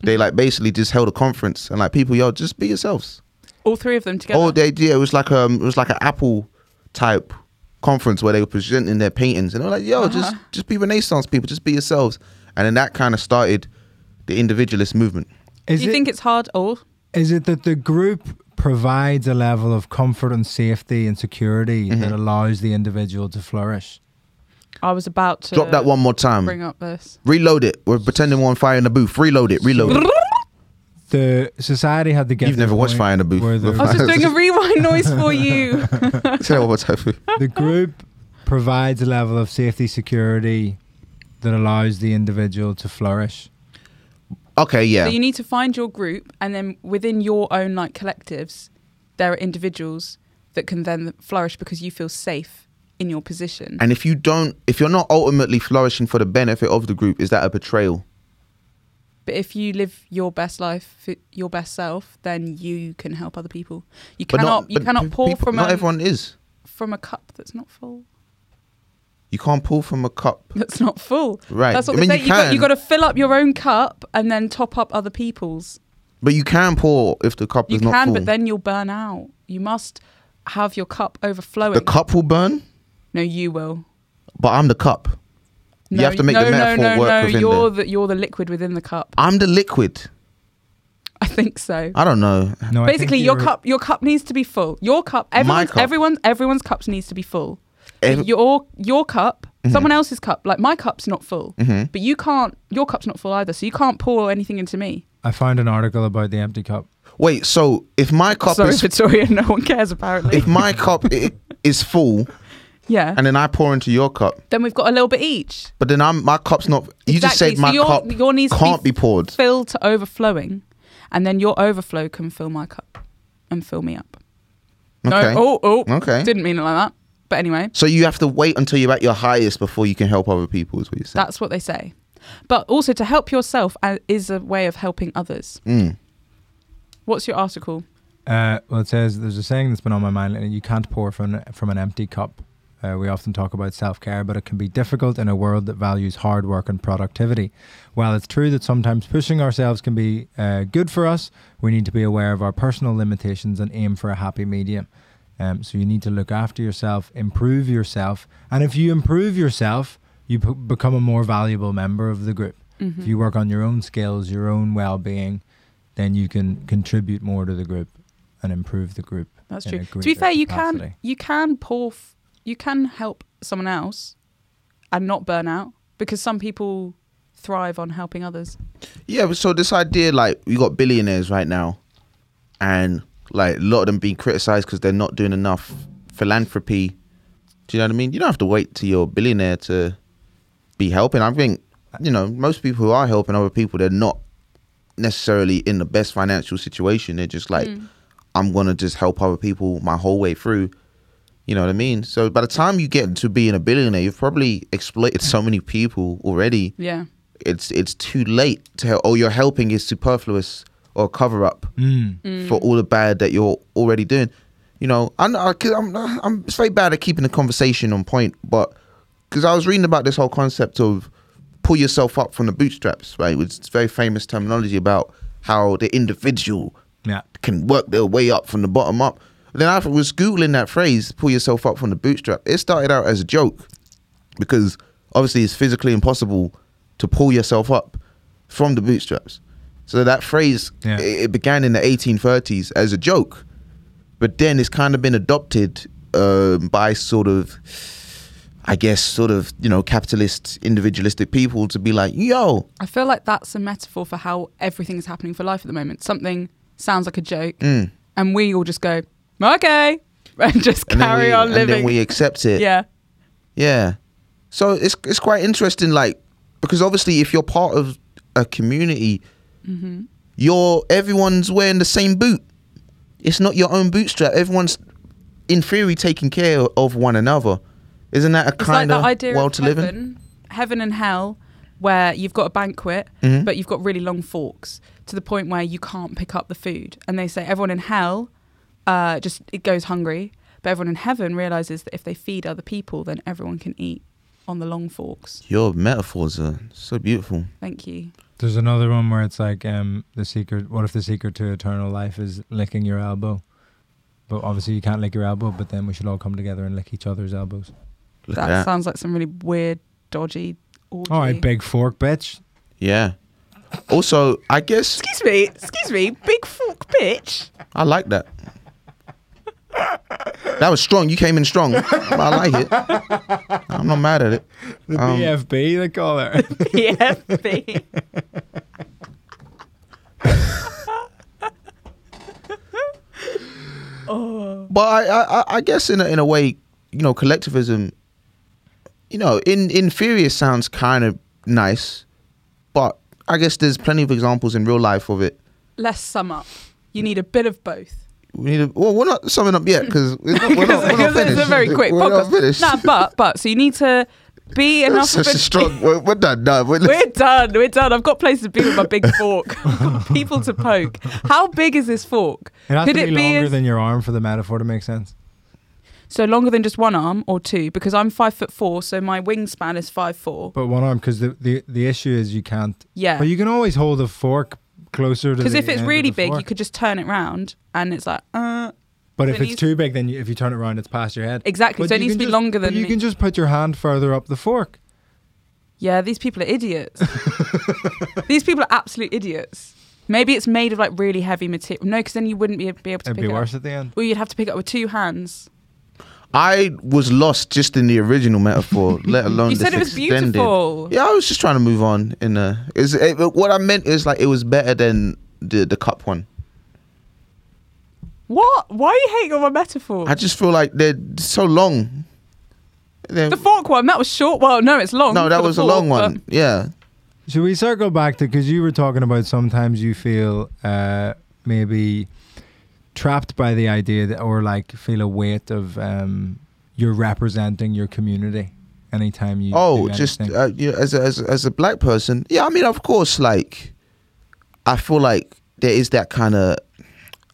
S2: they like basically just held a conference and like people, yo, just be yourselves.
S3: All three of them together.
S2: Oh, they yeah, it was like um, it was like an Apple type conference where they were presenting their paintings, and they were like, "Yo, just
S3: Uh-huh.
S2: just be Renaissance people, just be yourselves," and then that kind of started the individualist movement.
S1: Is
S3: Do you
S1: it-
S3: think it's hard? Oh, All.
S1: Is it that the group provides a level of comfort and safety and security
S2: Mm-hmm.
S1: that allows the individual to flourish?
S3: I was about to
S2: Drop that one more time.
S3: Bring up this.
S2: Reload it. We're pretending we're on fire in the booth. Reload it. Reload it.
S1: The society had to get.
S2: You've
S1: to the
S2: never watched
S1: point
S2: Fire in the Booth.
S1: where the-
S3: I was just doing a rewind noise for you.
S2: Say that one more time.
S1: the group provides a level of safety, security that allows the individual to flourish.
S2: Okay, yeah.
S3: So you need to find your group, and then within your own like collectives, there are individuals that can then flourish because you feel safe in your position.
S2: and if you don't, if you're not ultimately flourishing for the benefit of the group, is that a betrayal?
S3: But if you live your best life, f- your best self, then you can help other people. You
S2: But
S3: cannot, you
S2: but
S3: cannot
S2: pe-
S3: pour
S2: people-
S3: from um,
S2: not
S3: a,
S2: everyone is.
S3: from a cup that's not full.
S2: You can't pull from a cup,
S3: That's not full.
S2: right?
S3: That's what
S2: I mean,
S3: they say.
S2: you
S3: You got,
S2: can.
S3: you got to fill up your own cup and then top up other people's.
S2: But you can pour if the cup
S3: You
S2: is not
S3: can,
S2: full.
S3: but then you'll burn out. You must have your cup overflowing.
S2: the cup will burn,
S3: no, you will.
S2: but I'm the cup. You
S3: No,
S2: have to make
S3: no,
S2: the metaphor
S3: no, no,
S2: work
S3: no.
S2: within
S3: you're the you're the liquid within the cup.
S2: I'm the liquid.
S3: I think so.
S2: Oh, I don't know.
S1: No, I think
S3: Basically,
S1: you
S3: your
S1: were-
S3: cup, your cup needs to be full. Your cup, everyone's,
S2: cup.
S3: everyone's, everyone's cups needs to be full.
S2: Ev- Mm-hmm.
S3: your your cup, someone else's cup, like my cup's not full, but you can't. Your cup's not full either, so you can't pour anything into me.
S1: I found an article about the empty cup.
S2: Wait, so if my cup
S3: Sorry,
S2: is
S3: Victoria, no one cares apparently.
S2: if my cup i- is full
S3: yeah.
S2: and then I pour into your cup,
S3: then we've got a little bit each.
S2: but then I'm my cup's not. You just
S3: Exactly,
S2: said
S3: so
S2: my
S3: your-
S2: cup
S3: your needs to be
S2: can't be, poured.
S3: Fill to overflowing, and then your overflow can fill my cup and fill me up.
S2: Okay.
S3: No, oh, oh,
S2: Okay.
S3: didn't mean it like that. But anyway,
S2: So you have to wait until you're at your highest before you can help other people. Is what you're saying?
S3: that's what they say. But also to help yourself uh, is a way of helping others.
S2: Mm.
S3: What's your article?
S1: Uh, well, it says there's a saying that's been on my mind, and you can't pour from an, from an empty cup. Uh, we often talk about self care, but it can be difficult in a world that values hard work and productivity. While it's true that sometimes pushing ourselves can be uh, good for us, we need to be aware of our personal limitations and aim for a happy medium. Um, so you need to look after yourself, improve yourself, and if you improve yourself, you p- become a more valuable member of the group.
S3: Mm-hmm.
S1: If you work on your own skills, your own well being, then you can contribute more to the group and improve the group.
S3: That's
S1: in
S3: true.
S1: a
S3: To be
S1: greater
S3: fair, you can
S1: capacity.
S3: you can pour, f- you can help someone else, and not burn out because some people thrive on helping others.
S2: Yeah. But so this idea, like, you got billionaires right now, and like a lot of them being criticized because they're not doing enough philanthropy. Do you know what I mean? You don't have to wait till you're a billionaire to be helping. I think you know most people who are helping other people, they're not necessarily in the best financial situation. They're just like, I'm gonna just help other people my whole way through. You know what I mean? So by the time you get to being a billionaire, you've probably exploited so many people already.
S3: Yeah.
S2: It's it's too late to help. Or your helping is superfluous or cover up
S1: Mm,
S2: for all the bad that you're already doing. You know, I know, cause I'm I'm it's very bad at keeping the conversation on point, but because I was reading about this whole concept of pull yourself up from the bootstraps, right? Which is very famous terminology about how the individual
S1: Yeah.
S2: can work their way up from the bottom up. Then I was googling that phrase, pull yourself up from the bootstrap. It started out as a joke because obviously it's physically impossible to pull yourself up from the bootstraps. So that phrase
S1: Yeah.
S2: it, it began in the 1830s as a joke, but then it's kind of been adopted um, by sort of, I guess, sort of you know capitalist individualistic people to be like, yo,
S3: I feel like that's a metaphor for how everything's happening for life at the moment. Something sounds like a joke,
S2: Mm.
S3: and we all just go, okay, and just
S2: and then
S3: carry
S2: we-
S3: on
S2: and then
S3: living.
S2: we accept it.
S3: yeah.
S2: Yeah. So it's it's quite interesting, like because obviously if you're part of a community,
S3: Mm-hmm.
S2: you're everyone's wearing the same boot. It's not your own bootstrap. Everyone's in theory taking care of one another. Isn't that a
S3: It's
S2: kind
S3: like
S2: of
S3: that idea
S2: world
S3: of
S2: to live
S3: heaven,
S2: in?
S3: heaven and hell, where you've got a banquet,
S2: Mm-hmm.
S3: but you've got really long forks to the point where you can't pick up the food. And they say everyone in hell uh, just it goes hungry, but everyone in heaven realizes that if they feed other people, then everyone can eat on the long forks.
S2: Your metaphors are so beautiful.
S3: Thank you.
S1: There's another one where it's like um, the secret. What if the secret to eternal life is licking your elbow? But obviously you can't lick your elbow. But then we should all come together and lick each other's elbows.
S2: Look
S3: that,
S2: at that.
S3: sounds like some really weird, dodgy. Orgy.
S1: All right, Oh, big fork, bitch.
S2: Yeah. Also, I guess
S3: Excuse me, excuse me, big fork bitch.
S2: I like that. That was strong. You came in strong. I like it. I'm not mad at it.
S1: The
S2: Um,
S1: BFB, they call it.
S3: PFB. Oh,
S2: but I, I, I- I guess in a, in a way, you know, collectivism. You know, in in theory, it sounds kind of nice, but I guess there's plenty of examples in real life of it.
S3: Let's sum up. You need a bit of both.
S2: We need. To, well, we're not summing up yet because we're not, we're not, we're not
S3: Because
S2: finished.
S3: it's a very quick
S2: we're Not
S3: podcast.
S2: finished.
S3: Nah, but but so you need to be enough
S2: such
S3: of a
S2: a strong. We're, we're done. No, we're,
S3: We're done. We're done. I've got places to be with my big fork. I've got people to poke. How big is this fork?
S1: It has
S3: Could
S1: to
S3: it
S1: be
S3: be
S1: longer
S3: as-
S1: than your arm for the metaphor to make sense.
S3: So longer than just one arm or two, because I'm five foot four, so my wingspan is five four.
S1: But one arm, because the, the the issue is you can't.
S3: Yeah.
S1: But you can always hold a fork closer to.
S3: Because
S1: the
S3: if it's
S1: end of
S3: really
S1: the
S3: big,
S1: fork.
S3: you could just turn it round, and it's like, uh,
S1: But if
S3: Then
S1: it's
S3: you-
S1: too big, then you, if you turn it around, it's past your head.
S3: Exactly,
S1: But
S3: so it
S1: you
S3: needs
S1: can
S3: to be
S1: just-
S3: longer
S1: but
S3: than
S1: you
S3: me.
S1: can just put your hand further up the fork.
S3: yeah, these people are idiots. these people are absolute idiots. Maybe it's made of like really heavy material. No, because then you wouldn't be, be able to
S1: It'd
S3: pick
S1: be
S3: it
S1: worse
S3: up.
S1: at the end.
S3: Well, you'd have to pick it up with two hands.
S2: I was lost just in the original metaphor, let alone
S3: You
S2: this
S3: said it was
S2: extended.
S3: beautiful.
S2: Yeah, I was just trying to move on. In a, is it, what I meant is like it was better than the the cup one.
S3: What? Why are you hating on my metaphor?
S2: I just feel like they're so long. They're-
S3: the fork one, that was short. Well, no, it's long.
S2: no,
S3: for
S2: that
S3: the uh,
S2: was a
S3: fork,
S2: long
S3: but-
S2: one. Yeah,
S1: Should we circle back to because you were talking about sometimes you feel uh, maybe trapped by the idea that, or like feel a weight of um, you're representing your community anytime you.
S2: Oh,
S1: do
S2: just
S1: anything.
S2: uh, you know, as a, as a, as a black person, yeah. I mean, of course, like I feel like there is that kind of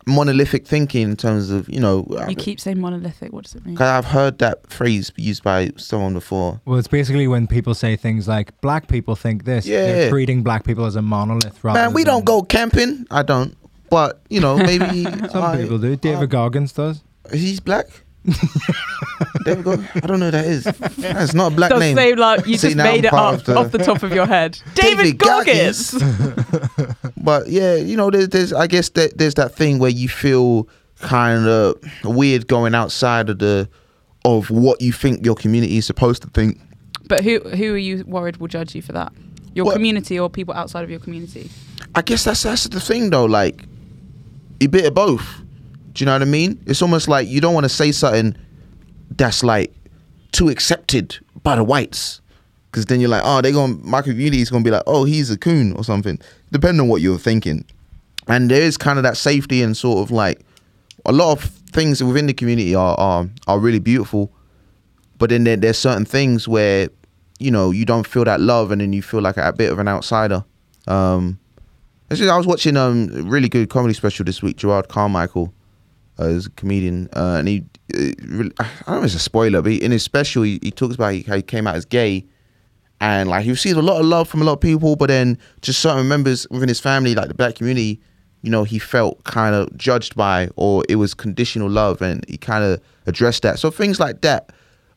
S2: monolithic thinking in terms of you know. I-
S3: um, You keep saying monolithic. What does it mean?
S2: 'cause I've heard that phrase used by someone before.
S1: well, it's basically when people say things like black people think this.
S2: Yeah.
S1: They're treating black people as a monolith rather.
S2: Man, we
S1: than-
S2: don't go camping. I don't. But you know, maybe
S1: Some
S2: I- uh,
S1: people do. David Goggins does.
S2: He's black. David Gog- I don't know who that is. That's not a black
S3: Does
S2: name.
S3: say like you
S2: See,
S3: just
S2: now
S3: made
S2: I'm
S3: it
S2: part
S3: up
S2: of the-
S3: off the top of your head.
S2: David
S3: David,
S2: Goggins.
S3: Goggins.
S2: But yeah, you know, there's, there's I guess that there's that thing where you feel kind of weird going outside of the of what you think your community is supposed to think.
S3: but who who are you worried will judge you for that? Your
S2: Well-
S3: community or people outside of your community?
S2: I guess that's that's the thing though. Like, a bit of both. Do you know what I mean? It's almost like you don't want to say something that's like too accepted by the whites, because then you're like, oh, they're going. My community is going to be like, oh, he's a coon or something, depending on what you're thinking. And there is kind of that safety and sort of like a lot of things within the community are are, are really beautiful, but then there, there's certain things where you know you don't feel that love, and then you feel like a bit of an outsider. Um, it's just- I was watching um a really good comedy special this week. Gerard Carmichael uh, is a comedian, uh, and he uh, really, I don't know if it's a spoiler, but he, in his special he, he talks about how he came out as gay, and like he received a lot of love from a lot of people, but then just certain members within his family, like the black community, you know, he felt kind of judged by, or it was conditional love, and he kind of addressed that. So things like that.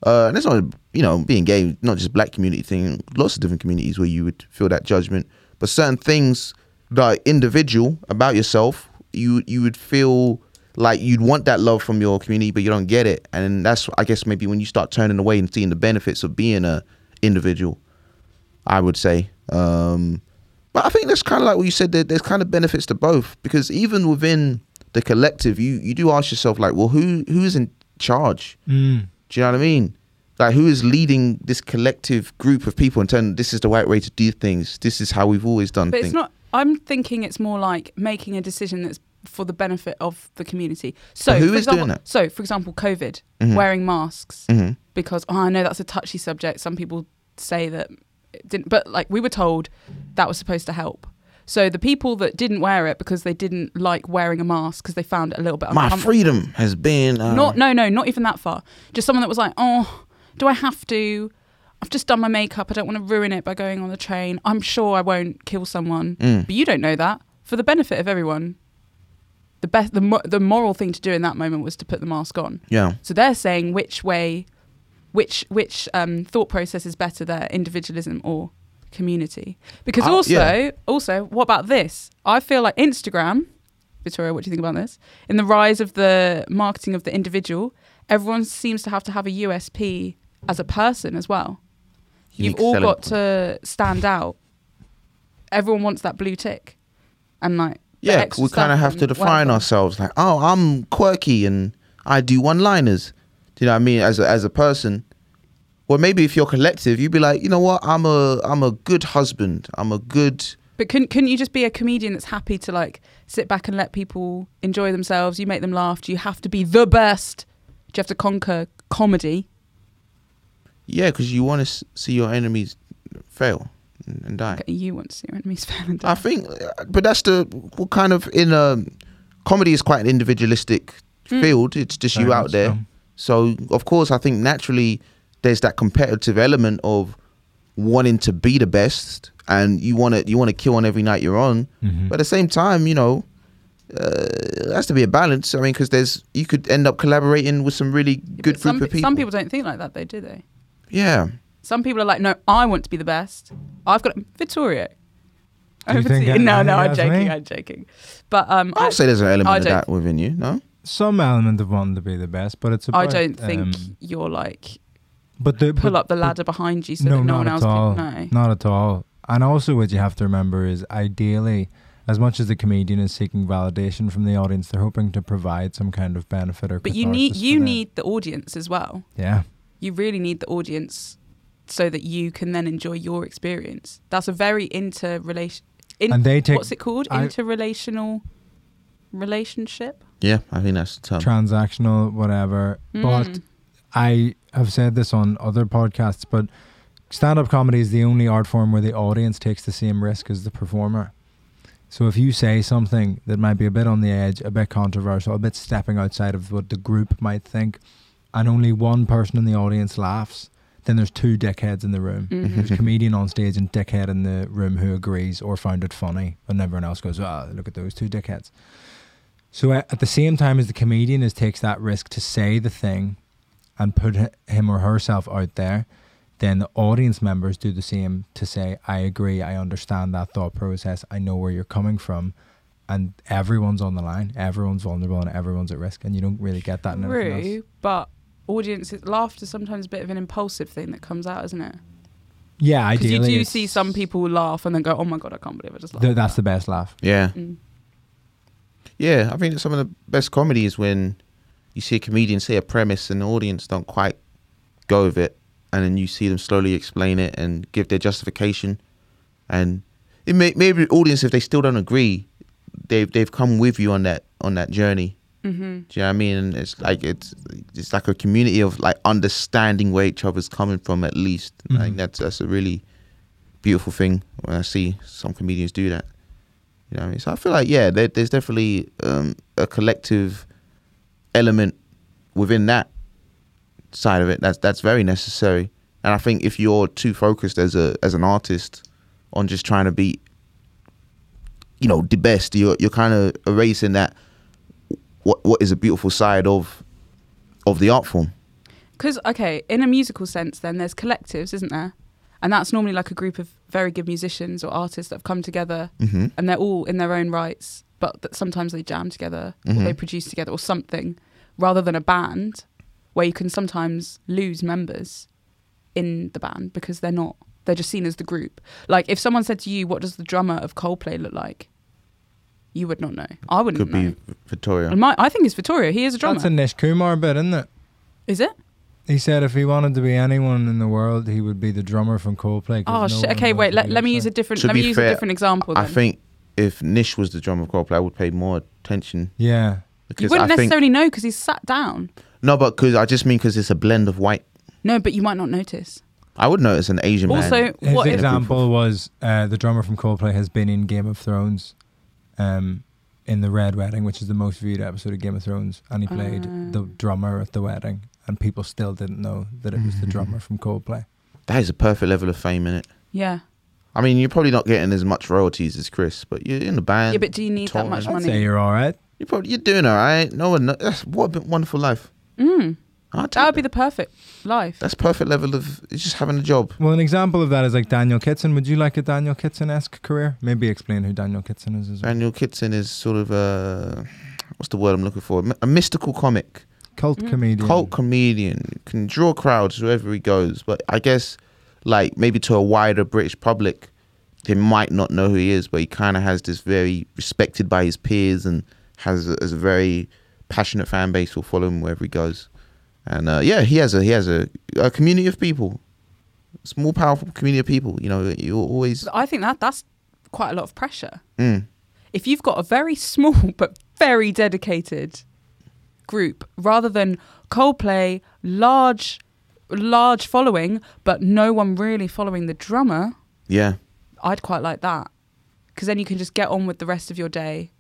S2: Uh, and it's not, you know, being gay, not just black community thing, lots of different communities where you would feel that judgment. But certain things that are individual about yourself, you you would feel like you'd want that love from your community, but you don't get it. And that's, I guess, maybe when you start turning away and seeing the benefits of being a individual, I would say. Um, but I think that's kind of like what you said. There, there's kind of benefits to both because even within the collective, you you do ask yourself like, well, who who's in charge?
S1: Mm.
S2: Do you know what I mean? Like, who is leading this collective group of people and telling this is the right way to do things? This is how we've always done
S3: But
S2: things.
S3: it's not. I'm thinking it's more like making a decision that's for the benefit of the community. So
S2: But who
S3: for
S2: is
S3: example,
S2: doing it?
S3: So, for example, COVID,
S2: Mhm.
S3: wearing masks
S2: Mhm.
S3: because oh, I know that's a touchy subject. Some people say that it didn't, but like we were told that was supposed to help. So the people that didn't wear it because they didn't like wearing a mask because they found it a little bit
S2: My
S3: uncomfortable.
S2: freedom has been uh,
S3: Not no no not even that far. Just someone that was like, oh, do I have to? I've just done my makeup. I don't want to ruin it by going on the train. I'm sure I won't kill someone.
S2: Mm.
S3: But you don't know that. For the benefit of everyone, the best the mo- the moral thing to do in that moment was to put the mask on.
S2: Yeah.
S3: So they're saying which way, which which um, thought process is better there, individualism or community? Because
S2: Uh,
S3: also,
S2: yeah.
S3: also, what about this? I feel like Instagram, Victoria, what do you think about this? In the rise of the marketing of the individual, everyone seems to have to have a USP as a person as well. You've
S2: Unique
S3: all
S2: selling
S3: got
S2: point.
S3: to stand out. Everyone wants that blue tick, and like the
S2: Yeah,
S3: extra
S2: we kind of
S3: stuff
S2: have to
S3: and
S2: define
S3: whatever.
S2: ourselves. Like, oh, I'm quirky and I do one-liners. Do you know what I mean? As a, as a person, well, maybe if you're collective, you'd be like, you know what? I'm a I'm a good husband. I'm a good.
S3: But couldn't couldn't you just be a comedian that's happy to like sit back and let people enjoy themselves? You make them laugh. Do you have to be the best? Do you have to conquer comedy?
S2: Yeah, because you want to see your enemies fail and, and die.
S3: Okay, you want to see your enemies fail and die.
S2: I think, uh, but that's the well, kind of in um comedy is quite an individualistic
S3: Mm.
S2: field. It's just you
S1: Very
S2: out
S1: much
S2: there. So of course, I think naturally there's that competitive element of wanting to be the best, and you want to you want to kill on every night you're on.
S1: so. Mhm.
S2: But at the same time, you know, uh, it has to be a balance. I mean, because there's you could end up collaborating with some really
S3: Yeah,
S2: good
S3: but some,
S2: group of
S3: pe-
S2: people.
S3: Some people don't think like that, though, do they?
S2: yeah.
S3: Some people are like, no, I want to be the best. I've got Vittorio.
S1: Do you
S3: Over
S1: think
S3: to
S1: I-
S3: you. No,
S1: I
S3: no,
S1: think
S3: I'm
S1: that's
S3: joking.
S1: me?
S3: I'm joking. But um,
S2: I'll
S3: I,
S2: say there's an
S3: I
S2: element of
S3: don't-
S2: that within you, no?
S1: Some element of wanting to be the best, but it's about.
S3: I don't think
S1: um,
S3: you're like
S1: but the,
S3: pull
S1: but
S3: up the ladder behind you so
S1: no,
S3: that no
S1: not
S3: one
S1: at
S3: else
S1: all.
S3: can. No.
S1: Not at all. And also, what you have to remember is ideally, as much as the comedian is seeking validation from the audience, they're hoping to provide some kind of benefit or
S3: But you need
S1: catharsis for
S3: you
S1: them.
S3: need the audience as well.
S1: Yeah.
S3: You really need the audience so that you can then enjoy your experience. That's a very interrelation. In,
S1: and they take
S3: what's it called?
S1: I-
S3: Interrelational relationship.
S2: Yeah, I think that's the term.
S1: transactional, whatever. But
S3: Mm.
S1: I have said this on other podcasts, but stand up comedy is the only art form where the audience takes the same risk as the performer. So if you say something that might be a bit on the edge, a bit controversial, a bit stepping outside of what the group might think, and only one person in the audience laughs, then there's two dickheads in the room.
S3: Mhm.
S1: There's a comedian on stage and dickhead in the room who agrees or found it funny, and everyone else goes, "Ah, look at those two dickheads." So a- at the same time as the comedian is takes that risk to say the thing and put h- him or herself out there, then the audience members do the same to say, "I agree, I understand that thought process, I know where you're coming from." And everyone's on the line, everyone's vulnerable, and everyone's at risk, and you don't really get that in everything else.
S3: True, but audiences laughter sometimes a bit of an impulsive thing that comes out, isn't it?
S1: Yeah,
S3: Because
S1: ideally,
S3: you do
S1: it's-
S3: see some people laugh and then go, "Oh my god, I can't believe I just laughed."
S1: Th-
S3: at
S1: that's the
S3: that."
S1: best laugh.
S2: Yeah.
S3: Mm.
S2: Yeah, I think some of the best comedy is when you see a comedian say a premise and the audience don't quite go with it, and then you see them slowly explain it and give their justification, and it may maybe the audience if they still don't agree, they've they've come with you on that on that journey.
S3: Mhm.
S2: Do you know what I mean? And it's like it's it's like a community of like understanding where each other's coming from at least.
S1: Mhm.
S2: Like that's that's a really beautiful thing when I see some comedians do that. You know what I mean? So I feel like yeah, there, there's definitely um, a collective element within that side of it. That's that's very necessary. And I think if you're too focused as a as an artist on just trying to be, you know, the best, you're you're kind of erasing that what what is a beautiful side of of the art form.
S3: Because, okay, in a musical sense, then there's collectives, isn't there? And that's normally like a group of very good musicians or artists that have come together
S2: Mm-hmm.
S3: and they're all in their own rights, but that sometimes they jam together or
S2: Mhm.
S3: they produce together or something rather than a band where you can sometimes lose members in the band because they're not, they're just seen as the group. Like if someone said to you, What does the drummer of Coldplay look like? You would not know. I wouldn't
S2: Could
S3: know.
S2: be Victoria.
S3: And my, I think it's Vittorio. He is a drummer.
S1: That's a Nish Kumar bit, isn't it?
S3: is it?
S1: He said if he wanted to be anyone in the world, he would be the drummer from Coldplay. 'cause
S3: Oh
S1: no
S3: shit!
S1: one
S3: Okay,
S1: knows
S3: wait.
S1: who
S3: Let,
S1: he
S3: let me
S1: is.
S3: use a different.
S2: To
S3: Let me
S2: be
S3: use
S2: fair,
S3: a different example. Then.
S2: I think if Nish was the drummer of Coldplay, I would pay more attention
S1: Yeah,
S3: you
S2: because I
S3: wouldn't
S2: think
S3: necessarily know because he's sat down.
S2: no, but because I just mean because it's a blend of white.
S3: No, but you might not notice.
S2: I would notice an Asian man.
S3: Also,
S1: his
S3: what if,
S1: example was uh, the drummer from Coldplay has been in Game of Thrones, um, in the Red Wedding, which is the most viewed episode of Game of Thrones, and he played
S3: Ah.
S1: the drummer at the wedding, and people still didn't know that it was the drummer from Coldplay.
S2: That is a perfect level of fame in it.
S3: yeah,
S2: I mean, you're probably not getting as much royalties as Chris, but you're in the band.
S3: yeah, but do you need that
S2: Tom,
S3: much
S2: I'd
S1: I'd say
S3: money?
S1: you're all right.
S2: you're probably you're doing all right. No one. kno- That's what a wonderful life.
S3: Mm,
S2: I
S3: that would be the perfect life.
S2: that's perfect level of it's just having a job.
S1: Well, an example of that is like Daniel Kitson. Would you like a Daniel Kitson-esque career? Maybe explain who Daniel Kitson is as well.
S2: Daniel Kitson is sort of a what's the word I'm looking for? A mystical comic,
S1: Cult
S3: Mm.
S1: comedian.
S2: cult comedian, can draw crowds wherever he goes. But I guess like maybe to a wider British public, they might not know who he is, but he kind of has this very respected by his peers and has a, has a very passionate fan base who'll follow him wherever he goes. And uh, yeah, he has a he has a, a community of people, small powerful community of people. You know, you always
S3: I think that that's quite a lot of pressure.
S2: mm,
S3: If you've got a very small but very dedicated group, rather than Coldplay, large, large following, but no one really following the drummer.
S2: yeah.
S3: I'd quite like that because then you can just get on with the rest of your day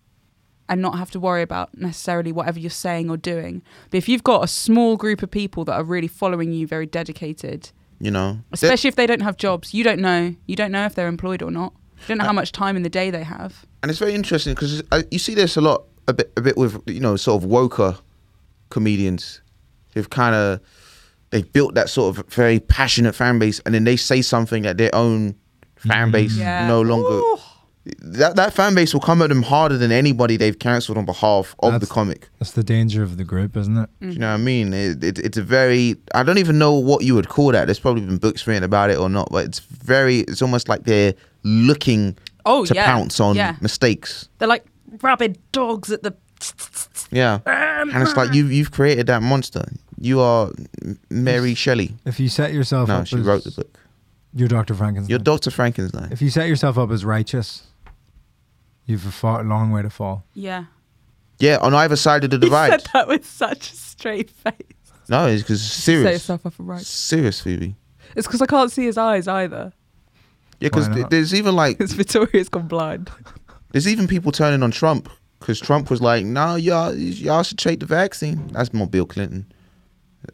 S3: and not have to worry about necessarily whatever you're saying or doing. But if you've got a small group of people that are really following you, very dedicated,
S2: You know, There-
S3: especially if they don't have jobs, you don't know, you don't know if they're employed or not. You don't know
S2: Uh,
S3: how much time in the day they have.
S2: and it's very interesting because you see this a lot, a bit, a bit with you know sort of woker comedians who've kind of they've built that sort of very passionate fan base, and then they say something that their own fan base
S3: Yeah.
S2: no longer that that fan base will come at them harder than anybody they've cancelled on behalf of the
S1: That's-
S2: comic.
S1: That's the danger of the group, isn't it?
S3: Mm.
S2: Do you know what I mean? It, it, it's a very I don't even know what you would call that. There's probably been books written about it or not, but it's very it's almost like they're looking
S3: Oh,
S2: to
S3: yeah.
S2: pounce on
S3: Yeah.
S2: mistakes.
S3: They're like rabid dogs at the.
S2: Yeah, and it's like you you've created that monster. You are Mary Shelley.
S1: If you set yourself
S2: No,
S1: up
S2: she
S1: as
S2: wrote the book.
S1: you're Dr. Frankenstein.
S2: You're Doctor Frankenstein.
S1: if you set yourself up as righteous, you've a far long way to fall.
S3: Yeah.
S2: Yeah, on either side of the
S3: He said
S2: divide.
S3: that with such a straight face.
S2: No, it's because
S3: Set
S2: serious,
S3: yourself up right.
S2: serious, Phoebe.
S3: It's because I can't see his eyes either.
S2: Yeah, because
S1: Why not?
S2: there's even like
S3: Because Victoria's gone blind.
S2: There's even people turning on Trump because Trump was like, "No, y'all, y'all should take the vaccine." That's more Bill Clinton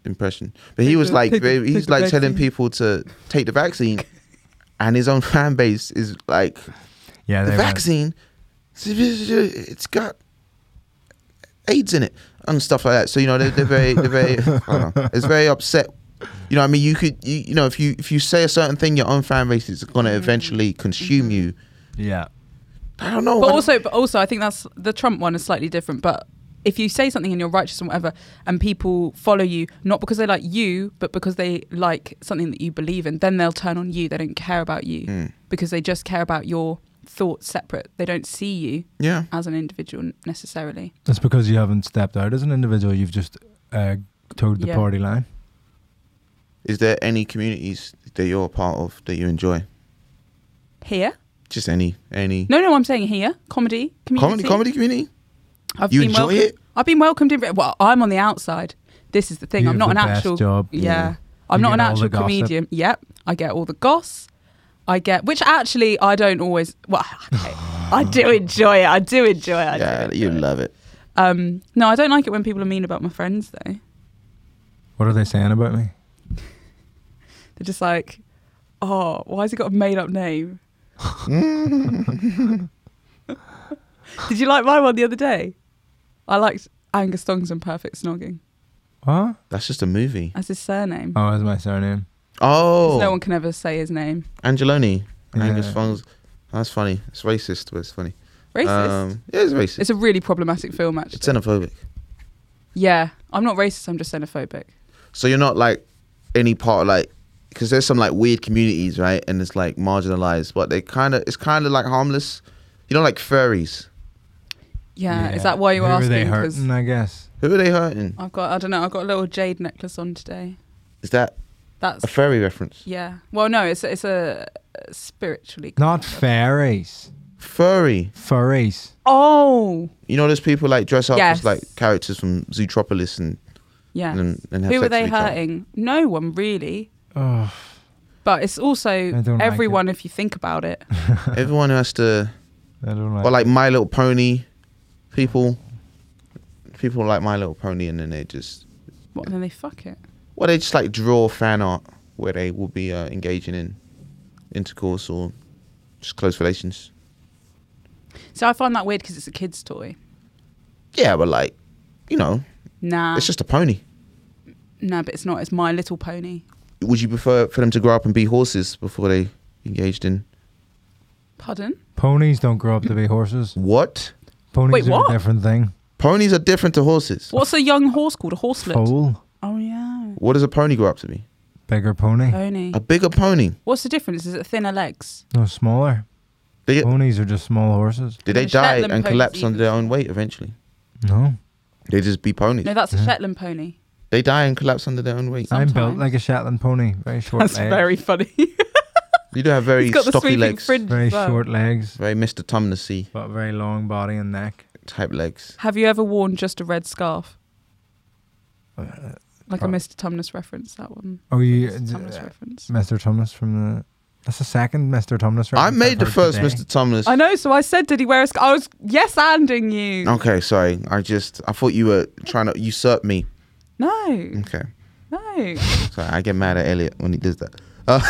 S2: impression, but he
S3: Take
S2: was
S3: the-
S2: like,
S3: take the- take
S2: he's
S3: the
S2: like telling
S3: vaccine.
S2: people to take the vaccine, and his own fan base is like,
S1: Yeah,
S2: "The
S1: they went-
S2: vaccine, it's got AIDS in it and stuff like that." So you know, they're, they're very, they're very, I don't know, it's very upset. You know, what I mean, you could, you, you know, if you if you say a certain thing, your own fan base is going to
S3: Mm-hmm.
S2: eventually consume you.
S1: Yeah.
S2: I don't know. Oh, I
S3: But
S2: don't-
S3: also, but also, I think that's the Trump one is slightly different. But if you say something and you're righteous and whatever, and people follow you not because they like you, but because they like something that you believe in, then they'll turn on you. They don't care about you
S2: Mm.
S3: because they just care about your thoughts separate. They don't see you
S2: yeah.
S3: as an individual necessarily.
S1: That's because you haven't stepped out as an individual. You've just uh, towed the
S3: Yeah.
S1: party line.
S2: Is there any communities that you're a part of that you enjoy?
S3: Here,
S2: Just any, any
S3: no, no, I'm saying here, comedy, community.
S2: comedy, comedy community.
S3: I've
S2: you
S3: been
S2: enjoy
S3: welcomed-
S2: it?
S3: I've been welcomed in. Well, I'm on the outside. This is the thing.
S1: You
S3: I'm
S1: have
S3: not
S1: the
S3: an
S1: best
S3: actual
S1: job.
S3: Yeah.
S1: Yeah.
S3: I'm
S1: You
S3: not an
S1: get all
S3: actual
S1: the gossip.
S3: comedian. Yep. I get all the goss. I get, which actually I don't always. Well, okay. I do enjoy it. I do enjoy it. I do
S2: Yeah,
S3: enjoy
S2: you
S3: it.
S2: love it.
S3: Um, no, I don't like it when people are mean about my friends though.
S1: What are they saying about me?
S3: They're just like, oh, why has he got a made up name? Did you like my one the other day? I liked Angus Thongs and Perfect Snogging
S1: Huh?
S2: That's just a movie.
S3: as his surname.
S1: Oh, that's my surname.
S2: Oh,
S3: No one can ever say his name.
S2: Angeloni, Angus
S1: Yeah.
S2: Fonz. That's funny. It's racist, but it's funny.
S3: Racist.
S2: Um, yeah, it's racist. It's,
S3: it's a really problematic film, actually.
S2: xenophobic.
S3: yeah, I'm not racist. I'm just xenophobic.
S2: So you're not like any part of, like because there's some like weird communities, right? And it's like marginalized, but they kind of it's kind of like harmless. You know, like furries.
S3: Yeah, is that why you were
S1: Who Are they
S3: asking?
S1: hurting? I guess.
S2: Who are they hurting?
S3: I've got, I don't know, I've got a little jade necklace on today.
S2: Is that
S3: That's
S2: a furry reference?
S3: yeah. Well, no, it's it's a spiritually.
S1: Not fairies.
S2: Furry.
S1: Furries.
S3: Oh,
S2: You know, there's people like dress up
S3: Yes.
S2: as like characters from Zootropolis and
S3: yeah.
S2: and, and have
S3: Who
S2: sex
S3: are they
S2: with each other.
S3: hurting? No one really.
S1: Oh,
S3: But it's also
S1: don't like
S3: everyone if you think about it.
S2: Everyone has to,
S1: I don't like.
S2: or like My Little Pony, people, people like My Little Pony, and then they just,
S3: What? Then they fuck it.
S2: well, they just like draw fan art where they will be uh, engaging in intercourse or just close relations.
S3: So I find that weird because it's a kid's toy.
S2: Yeah, but like, you know,
S3: Nah,
S2: it's just a pony.
S3: nah, but it's not. It's My Little Pony.
S2: Would you prefer for them to grow up and be horses before they engaged in
S3: Pardon?
S1: Ponies don't grow up to be horses.
S2: what?
S1: Ponies
S3: Wait,
S1: are
S3: what?
S1: a different thing.
S2: Ponies are different to horses.
S3: What's a young horse called? A horselet.
S1: Foal,
S3: Oh yeah,
S2: What does a pony grow up to be?
S1: bigger pony,
S3: pony.
S2: A bigger pony.
S3: What's the difference? Is it thinner legs?
S1: no smaller.
S2: They get,
S1: Ponies are just small horses.
S2: Did they
S3: Yeah,
S2: die
S3: Shetland
S2: and
S3: ponies
S2: collapse
S3: eat
S2: under their own weight eventually?
S1: No,
S2: They just be ponies.
S3: No, Ah. that's a
S1: Yeah.
S3: Shetland pony.
S2: They die and collapse under their own weight.
S1: I'm built
S3: Sometimes.
S1: like a Shetland pony. Very short
S3: That's
S1: legs.
S3: very funny.
S2: You do have very
S3: He's got the
S2: stocky
S3: sweeping
S2: legs,
S3: fringe.
S1: very
S3: as well.
S1: short legs,
S2: very Mr. Tumnessy
S1: but very long body and neck.
S2: type legs.
S3: Have you ever worn just a red scarf?
S1: Uh,
S3: Like
S1: Right.
S3: a Mr. Tumnus reference, that one.
S1: Oh, you,
S3: Mr. Tumnus
S1: uh,
S3: reference.
S1: Mr. Thomas from the. That's the second Mr. Thomas.
S2: I
S1: reference I've
S2: made the
S1: heard
S2: first
S1: today.
S2: Mr. Tumness.
S3: I know, so I said, did he wear a scarf? I was yes anding you.
S2: Okay, sorry. I just I thought you were trying to usurp me.
S3: No,
S2: Okay,
S3: no.
S2: sorry. I get mad at Elliot when he does that. Uh,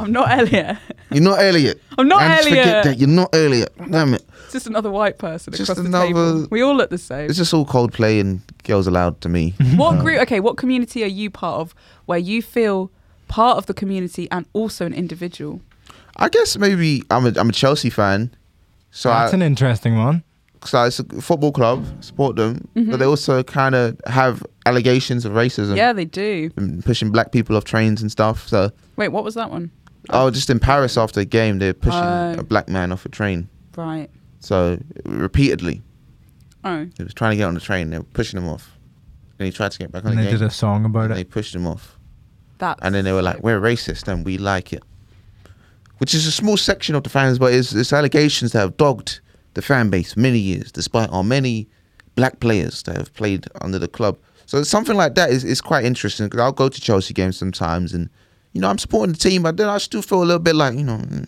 S3: I'm not Elliot.
S2: you're not Elliot.
S3: I'm not
S2: I just forget
S3: Elliot.
S2: that you're not Elliot. Damn it!
S3: It's just another white person
S2: Just
S3: across
S2: another-
S3: the table. We all look the same.
S2: It's just all Coldplay and girls allowed to me.
S3: What group? Okay, what community are you part of where you feel part of the community and also an individual?
S2: I guess maybe I'm a I'm a Chelsea fan, so
S1: That's
S2: I,
S1: an interesting one.
S2: so it's a football club support them, but they also kind of have allegations of racism
S3: Mm-hmm. Yeah, they do.
S2: and pushing black people off trains and stuff. So
S3: Wait, what was that one?
S2: oh, just in Paris after a game, they're pushing
S3: Oh.
S2: a black man off a train.
S3: Right.
S2: So repeatedly,
S3: Oh,
S2: he was trying to get on the train, they were pushing him off, and he tried to get back on
S1: And
S2: the
S1: they
S2: game,
S1: did a song about
S2: and they
S1: it.
S2: pushed him off.
S3: that's.
S2: and then they were like, "We're racist and we like it," which is a small section of the fans, but it's, it's allegations that have dogged the fan base many years, despite our many black players that have played under the club. So it's something like that is, is quite interesting because I'll go to Chelsea games sometimes, and you know I'm supporting the team, but then I still feel a little bit like you know, mm,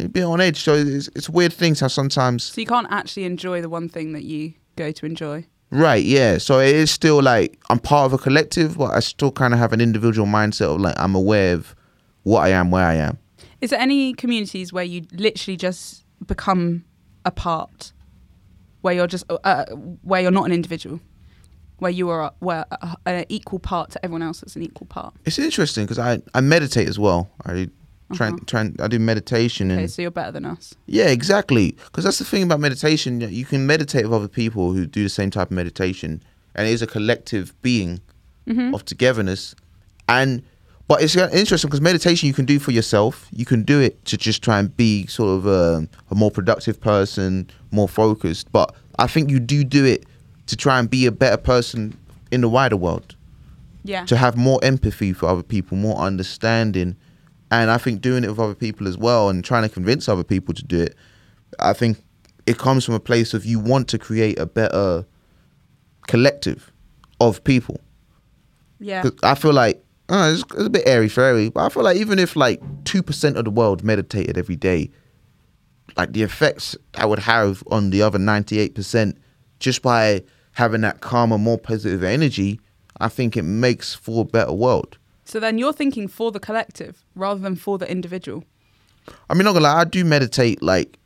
S2: a bit on edge. So it's, it's weird things how sometimes
S3: So you can't actually enjoy the one thing that you go to enjoy.
S2: right, yeah. So it is still like I'm part of a collective, but I still kind of have an individual mindset of like I'm aware of what I am, where I am.
S3: Is there any communities where you literally just become a part, where you're just uh, where you're not an individual, where you are a- where a- an equal part to everyone else that's an equal part?
S2: It's interesting because I, I meditate as well. I try,
S3: Uh-huh.
S2: try I do meditation and
S3: Okay, so you're better than us.
S2: yeah, exactly. Because that's the thing about meditation. that You can meditate with other people who do the same type of meditation, and it is a collective being of togetherness. And but it's uh, interesting because meditation you can do for yourself. You can do it to just try and be sort of a, a more productive person, more focused. But I think you do do it to try and be a better person in the wider world
S3: Yeah.
S2: to have more empathy for other people, more understanding. And I think doing it with other people as well and trying to convince other people to do it, I think it comes from a place of you want to create a better collective of people.
S3: Yeah.
S2: 'Cause I feel like uh, it's, it's a bit airy fairy, but I feel like even if like two percent of the world meditated every day, like the effects I would have on the other ninety eight percent just by having that calmer, more positive energy, I think it makes for a better world.
S3: So then you're thinking for the collective rather than for the individual.
S2: I mean, not gonna lie, I do meditate like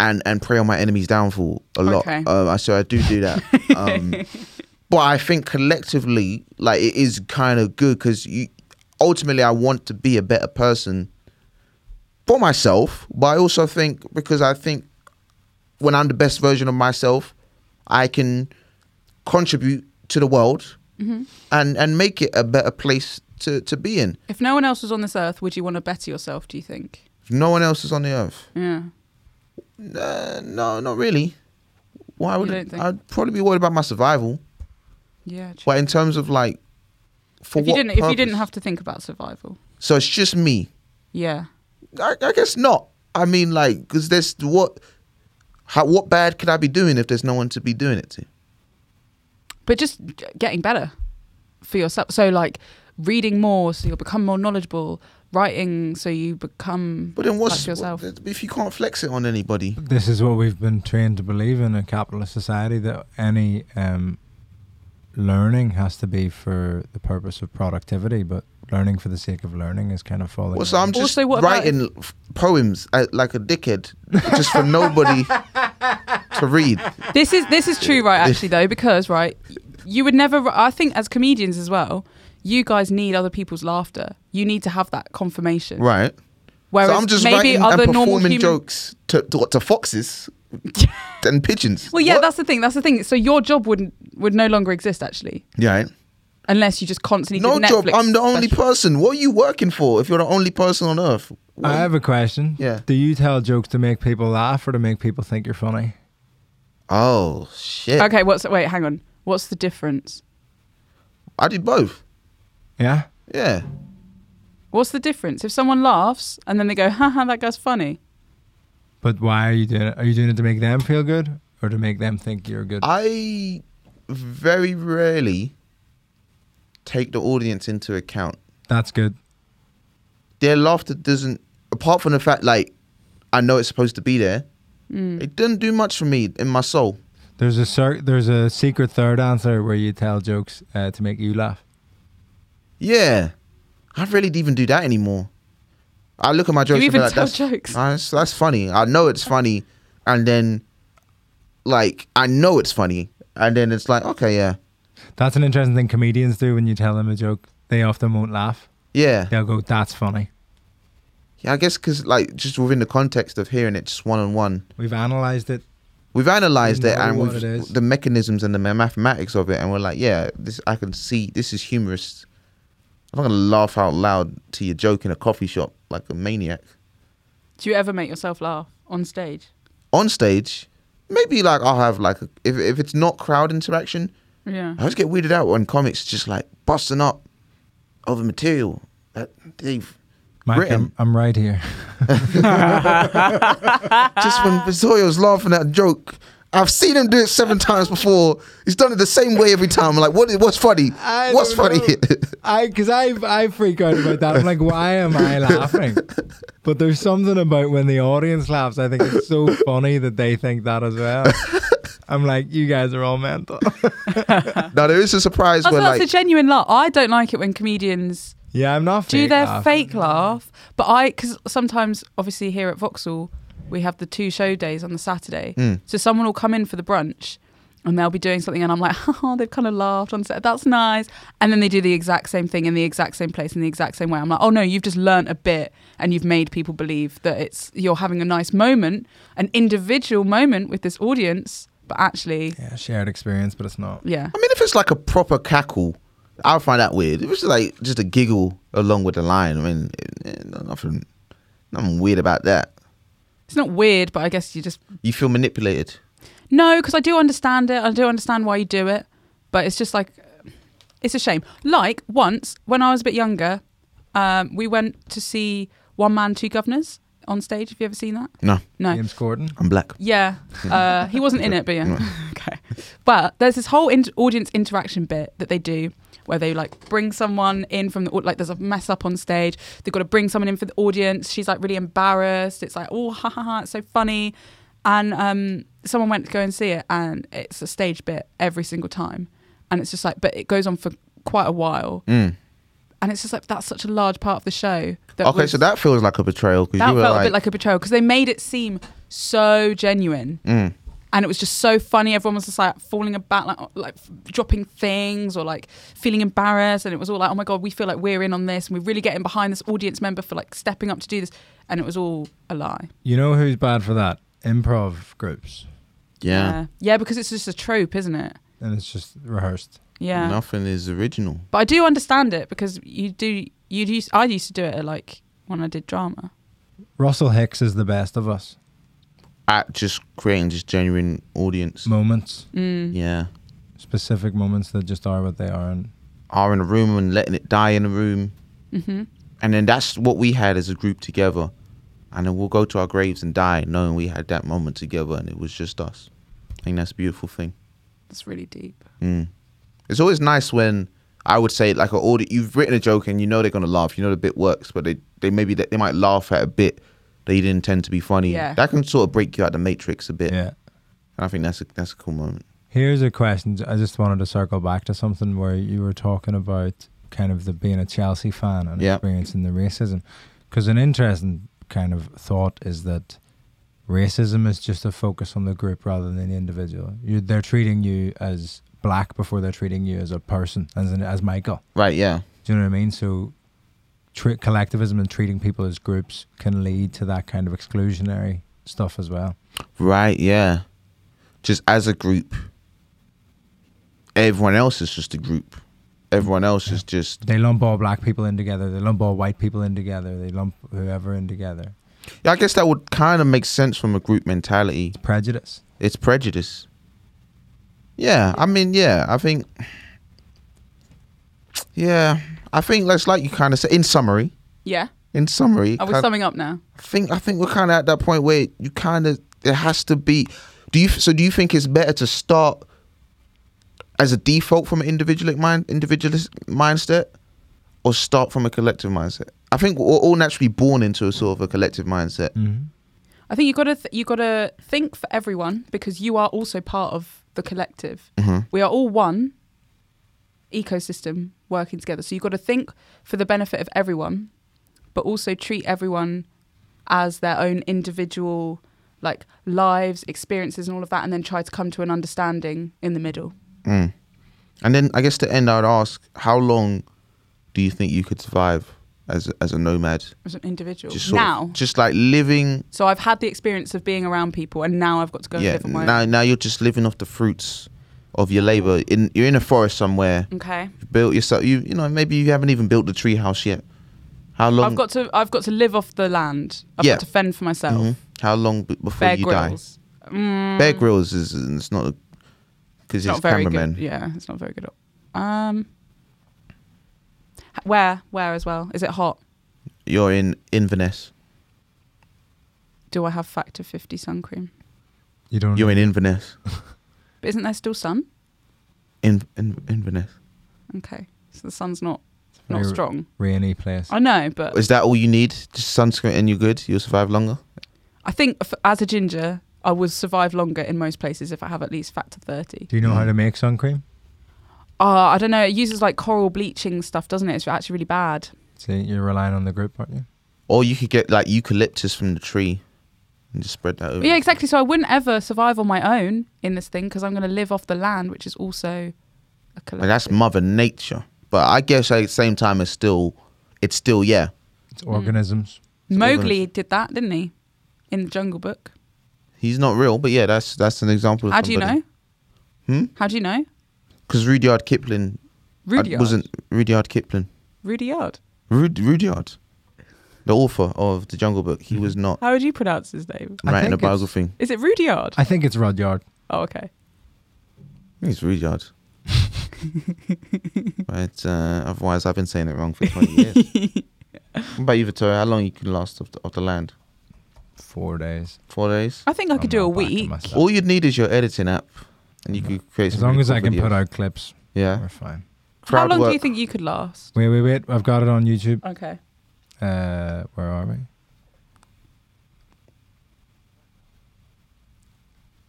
S2: and and pray on my enemy's downfall a lot.
S3: Okay.
S2: Um, I so I do do that. um, but I think collectively, like it is kind of good because you ultimately I want to be a better person for myself, but I also think because I think when I'm the best version of myself, I can contribute to the world and and make it a better place to to be in.
S3: If no one else was on this earth, would you want to better yourself? Do you think?
S2: If no one else is on the earth.
S3: Yeah.
S2: Uh, no, not really. Why would
S3: don't think?
S2: I'd probably be worried about my survival,
S3: Yeah. true.
S2: but in terms of like, for
S3: if you
S2: what
S3: didn't, if you didn't
S2: purpose?
S3: have to think about survival.
S2: so it's just me.
S3: Yeah.
S2: I, I guess not. I mean, like, because there's what, how, what bad could I be doing if there's no one to be doing it to?
S3: but just g- getting better for yourself so like reading more so you'll become more knowledgeable writing so you become
S2: But then what's
S3: like yourself
S2: what- if you can't flex it on anybody?
S1: This is what we've been trained to believe in a capitalist society that any um, learning has to be for the purpose of productivity, but learning for the sake of learning is kind of falling.
S2: Well, so
S1: away.
S2: I'm just
S3: Also, what about
S2: writing f- poems uh, like a dickhead, just for nobody to read.
S3: this is this is true right actually though because right y- you would never i think as comedians as well you guys need other people's laughter you need to have that confirmation
S2: Right.
S3: whereas
S2: so I'm just
S3: maybe
S2: writing
S3: other
S2: and
S3: normal
S2: performing
S3: human
S2: jokes to, to what, to foxes and pigeons.
S3: well yeah
S2: What?
S3: that's the thing that's the thing so your job would would no longer exist actually
S2: yeah. Right?
S3: unless you just constantly
S2: No
S3: did
S2: job.
S3: Netflix
S2: I'm the only
S3: specials.
S2: person. What are you working for? If you're the only person on earth, What-
S1: I have a question.
S2: Yeah.
S1: Do you tell jokes to make people laugh or to make people think you're funny?
S2: oh shit.
S3: okay what's wait hang on what's the difference
S2: I did both.
S1: Yeah.
S2: Yeah.
S3: What's the difference? If someone laughs and then they go, haha, that guy's funny.
S1: But why are you doing it? Are you doing it to make them feel good or to make them think you're good?
S2: I very rarely take the audience into account.
S1: That's good.
S2: Their laughter doesn't, apart from the fact like I know it's supposed to be there.
S3: Hmm.
S2: It doesn't do much for me in my soul.
S1: There's a cer- there's a secret third answer where you tell jokes uh, to make you laugh.
S2: Yeah, I really didn't even do that anymore. I look at my jokes.
S3: you
S2: and be
S3: even
S2: like,
S3: tell
S2: that's,
S3: jokes?
S2: "Ah, That's, that's funny. I know it's funny, and then like I know it's funny, and then it's like okay, yeah,
S1: That's an interesting thing comedians do when you tell them a joke. They often won't laugh.
S2: yeah,
S1: They'll go, "That's funny."
S2: Yeah, I guess because like just within the context of hearing it just one on one,
S1: We've analyzed it.
S2: we've analyzed
S1: We
S2: it
S1: know
S2: and
S1: what
S2: we've,
S1: it is.
S2: the mechanisms and the ma- mathematics of it, and we're like, yeah, this I can see. This is humorous. I'm not gonna laugh out loud to your joke in a coffee shop like a maniac
S3: Do you ever make yourself laugh on stage?
S2: on stage. Maybe like I'll have like if if it's not crowd interaction,
S3: Yeah.
S2: I always get weirded out when comics just like busting up over material that they've
S1: Mike,
S2: Written.
S1: I'm, I'm right here.
S2: just
S1: Ah.
S2: when Basoyo's laughing at a joke. I've seen him do it seven times before. He's done it the same way every time. I'm like, what? What's funny?
S1: I
S2: what's
S1: don't
S2: funny?
S1: know. I because I I freak out about that. I'm like, why am I laughing? But there's something about when the audience laughs. I think it's so funny that they think that as well. I'm like, you guys are all mental.
S2: now there is a surprise
S3: Also,
S2: where
S3: that's
S2: like
S3: a genuine laugh. I don't like it when comedians
S1: yeah, I'm not.
S3: do
S1: fake
S3: their
S1: laugh.
S3: fake laugh, but I because sometimes obviously here at Vauxhall we have the two show days on the Saturday,
S2: Mm.
S3: so someone will come in for the brunch and they'll be doing something, and I'm like, oh, they've kind of laughed on set. That's nice, and then they do the exact same thing in the exact same place in the exact same way. I'm like, oh no, you've just learnt a bit and you've made people believe that it's you're having a nice moment, an individual moment with this audience, but actually,
S1: Yeah, shared experience, but it's not.
S3: yeah.
S2: I mean, if it's like a proper cackle, I'll find that weird. If it's like just a giggle along with the line, I mean, eh, eh, nothing, nothing weird about that.
S3: It's not weird, but I guess you just
S2: You feel manipulated.
S3: No, because I do understand it. I do understand why you do it, but it's just like it's a shame. Like once when I was a bit younger, um, we went to see One Man Two Governors on stage. Have you ever seen that?
S2: No,
S3: No.
S1: James Corden.
S2: I'm black.
S3: Yeah, uh, he wasn't in it, but yeah, okay. But there's this whole in- audience interaction bit that they do where they like bring someone in from the au- like there's a mess up on stage. They've got to bring someone in for the audience. She's like really embarrassed. It's like oh ha ha ha, it's so funny. And um, someone went to go and see it, and it's a stage bit every single time, and it's just like but it goes on for quite a while,
S2: Mm.
S3: and it's just like that's such a large part of the show. That
S2: Okay,
S3: was-
S2: so that feels like a betrayal because
S3: that
S2: you were
S3: felt
S2: like,
S3: a bit like a betrayal because they made it seem so genuine
S2: mm.
S3: and it was just so funny. Everyone was just like falling about, like like dropping things or like feeling embarrassed, and it was all like, oh my god, we feel like we're in on this, and we're really getting behind this audience member for like stepping up to do this, and it was all a lie.
S1: You know who's bad for that? Improv groups,
S2: yeah,
S3: yeah, because it's just a trope, isn't it?
S1: and it's just rehearsed.
S3: Yeah,
S2: nothing is original.
S3: but I do understand it because you do. You used I used to do it at, like when I did drama.
S1: Russell Hicks is the best of us.
S2: At just creating just genuine audience.
S1: Moments,
S3: Mm.
S2: Yeah.
S1: specific moments that just are what they are, and
S2: are in a room and letting it die in a room.
S3: hmm
S2: And then that's what we had as a group together. And then we'll go to our graves and die knowing we had that moment together and it was just us. I think that's a beautiful thing.
S3: That's really deep.
S2: Mm. It's always nice when I would say like an audit you've written a joke and you know they're gonna laugh, you know the bit works, but they, they maybe they, they might laugh at a bit that you didn't intend to be funny.
S3: Yeah.
S2: That can sort of break you out the matrix a bit.
S1: yeah.
S2: And I think that's a that's a cool moment.
S1: Here's a question. I just wanted to circle back to something where you were talking about kind of the being a Chelsea fan and
S2: Yeah.
S1: experiencing the racism. Because an interesting kind of thought is that racism is just a focus on the group rather than the individual. You, they're treating you as black before they're treating you as a person, as an, as Michael.
S2: Right, yeah.
S1: Do you know what I mean? So, tre- collectivism and treating people as groups can lead to that kind of exclusionary stuff as well.
S2: Right, yeah. Just as a group. Everyone else is just a group. Everyone else is just
S1: They lump all black people in together. They lump all white people in together. They lump whoever in together.
S2: Yeah, I guess that would kind of make sense from a group mentality.
S1: Prejudice.
S2: It's prejudice. Yeah, I mean, yeah, I think Yeah, I think that's like you kind of say in summary,
S3: Yeah,
S2: in summary,
S3: are we
S2: kind-
S3: summing up now?
S2: I think I think we're kind of at that point where you kind of it has to be. Do you so? Do you think it's better to start as a default from an individual mind individualist mindset, or start from a collective mindset? I think we're all naturally born into a sort of a collective mindset.
S1: Mm-hmm.
S3: I think you gotta th- you gotta think for everyone because you are also part of the collective.
S2: hmm
S3: we are all one ecosystem working together. So you've got to think for the benefit of everyone, but also treat everyone as their own individual like lives, experiences and all of that and then try to come to an understanding in the middle.
S2: Mm. And then I guess to end, I'd ask, how long do you think you could survive as as a nomad.
S3: as an individual
S2: Just sort of-
S3: now.
S2: just like living.
S3: so I've had the experience of being around people, and now I've got to go
S2: yeah.
S3: and live on my
S2: Now now you're just living off the fruits of your labor. In you're in a forest somewhere.
S3: own. Okay,
S2: You've built yourself. You you know maybe you haven't even built the tree house yet. How long?
S3: I've got to I've got to live off the land. I've
S2: Yeah.
S3: got to fend for myself.
S2: Mhm. How long b- before
S3: Bear
S2: you
S3: grills. Mm.
S2: die? Bear Grylls is it's not because he's
S3: not
S2: a
S3: very
S2: cameraman.
S3: good. Yeah, it's not very good. at- Um, h- where where as well? Is it hot?
S2: You're in Inverness.
S3: Do I have factor fifty sun cream?
S1: You don't.
S2: You're in Inverness.
S3: But isn't there still sun?
S2: In, in Inverness.
S3: Okay, so the sun's not
S1: Very
S3: not strong.
S1: rainy place.
S3: I know, but
S2: Is that all you need? Just sunscreen and you're good. You'll survive longer.
S3: I think f- as a ginger, I would survive longer in most places if I have at least factor thirty.
S1: Do you know how to make sun cream?
S3: Uh, I don't know. It uses like coral bleaching stuff, doesn't it? It's actually really bad.
S1: See, you're relying on the group, aren't you?
S2: Or you could get like eucalyptus from the tree and just spread that over.
S3: Yeah, exactly. So I wouldn't ever survive on my own in this thing because I'm going to live off the land, which is also a
S2: Like
S3: collective.
S2: that's mother nature. But I guess at the same time it's still it's still yeah.
S1: It's
S3: Mm.
S1: organisms.
S3: Mowgli did that, didn't he? In the Jungle Book.
S2: He's not real, but yeah, that's that's an example of
S3: How do you know?
S2: Hmm?
S3: How do you know?
S2: Because Rudyard Kipling I
S3: Rudyard.
S2: wasn't Rudyard Kipling.
S3: Rudyard.
S2: Rud- Rudyard, the author of The Jungle Book,
S3: Hmm.
S2: he was not
S3: How would you pronounce his name?
S1: I
S2: writing a
S1: think it's-
S2: biography.
S3: Is it Rudyard?
S1: I think it's Rudyard.
S3: Oh, okay.
S2: I think It's Rudyard. right, uh, otherwise I've been saying it wrong for 20 years. what about you, Victoria? How long you can last off the, off the land?
S1: Four days.
S2: Four days?
S3: I think I could do
S1: I'm now
S3: a
S1: back to
S3: week.
S1: myself.
S2: All you'd need is your editing app, and you could create
S1: As
S2: some
S1: long
S2: really
S1: as
S2: cool
S1: I can
S2: videos.
S1: put out clips,
S2: Yeah.
S1: we're fine.
S3: How
S2: Crowd
S3: long do you
S2: work.
S3: think you could last?
S1: Wait, wait, wait. I've got it on YouTube.
S3: Okay.
S1: Uh, where are we?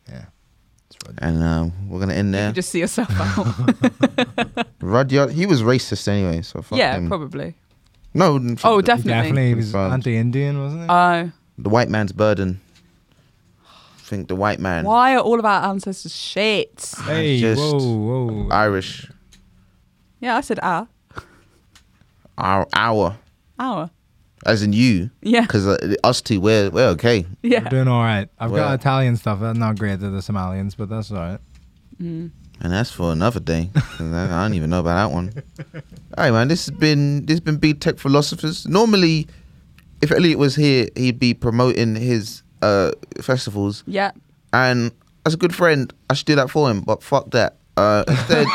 S1: Yeah. It's Rudyard.
S2: And um, we're gonna end
S3: You
S2: there.
S3: could just see yourself out.
S2: Rudyard, he was racist anyway, so fuck
S3: yeah,
S2: him.
S3: probably.
S2: no, n- fuck
S3: Oh,
S2: the,
S3: definitely.
S1: Definitely, he was
S2: Fine.
S1: anti-Indian, wasn't he?
S3: Oh.
S2: the white man's burden. I think the white man,
S3: Why are all of our ancestors shit?
S1: hey,
S2: just-
S1: whoa, whoa.
S2: Irish,
S3: Yeah, I said ah.
S2: our, our,
S3: Our.
S2: as in you,
S3: Yeah.
S2: because uh, us two, we're we're okay.
S1: We're
S3: Yeah.
S1: doing all right. I've
S2: Well-
S1: got Italian stuff. That's not great to the Somalians, but that's all right.
S2: And that's for another day. 'cause I I don't even know about that one. All right, man. This has been this has been B Tech philosophers. Normally, if Elliot was here, he'd be promoting his uh, festivals,
S3: Yeah.
S2: and as a good friend, I should do that for him. But fuck that. Uh, instead,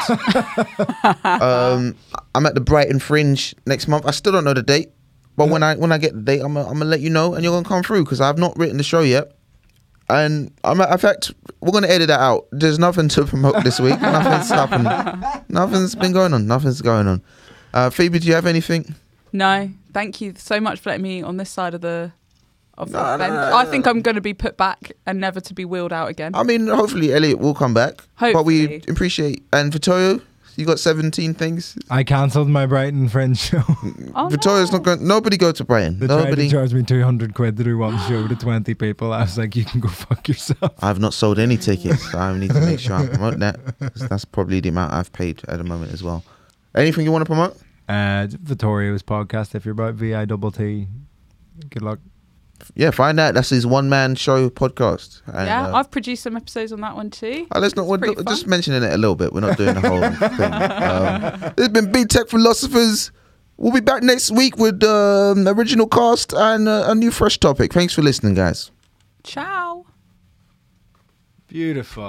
S2: um, I'm at the Brighton Fringe next month. I still don't know the date, but when I when I get the date, I'm gonna, I'm gonna let you know, and you're gonna come through because I've not written the show yet. And I'm in fact, we're gonna edit that out. There's nothing to promote this week. Nothing's happened. Nothing's been going on. Nothing's going on. Uh, Phoebe, do you have anything?
S3: No, thank you so much for letting me on this side of the of the
S2: No, no,
S3: bench.
S2: no, no,
S3: I think I'm going to be put back and never to be wheeled out again.
S2: I mean, hopefully Elliot will come back. But we
S3: Hopefully.
S2: appreciate and Vittorio, you got 17 things.
S1: I cancelled my Brighton Fringe show.
S3: Oh,
S2: Victoria's
S3: no.
S2: not going. Nobody go to Brighton.
S1: They tried to
S2: nobody.
S1: charge me 200 quid to do one show to 20 people. I was like, you can go fuck yourself.
S2: I've not sold any tickets. so I need to make sure I promote that. 'cause That's probably the amount I've paid at the moment as well. Anything you want to promote?
S1: Uh, Vittorio's podcast, if you're about VI double T, good luck.
S2: Yeah, find out. That's his one man show podcast. And,
S3: Yeah,
S2: uh,
S3: I've produced some episodes on that one too.
S2: Uh, let's not. We're
S3: pretty
S2: just
S3: fun.
S2: mentioning it a little bit. We're not doing the whole thing. Um, this has been B Tech Philosophers. We'll be back next week with um, original cast and uh, a new fresh topic. Thanks for listening, guys.
S3: Ciao.
S1: Beautiful.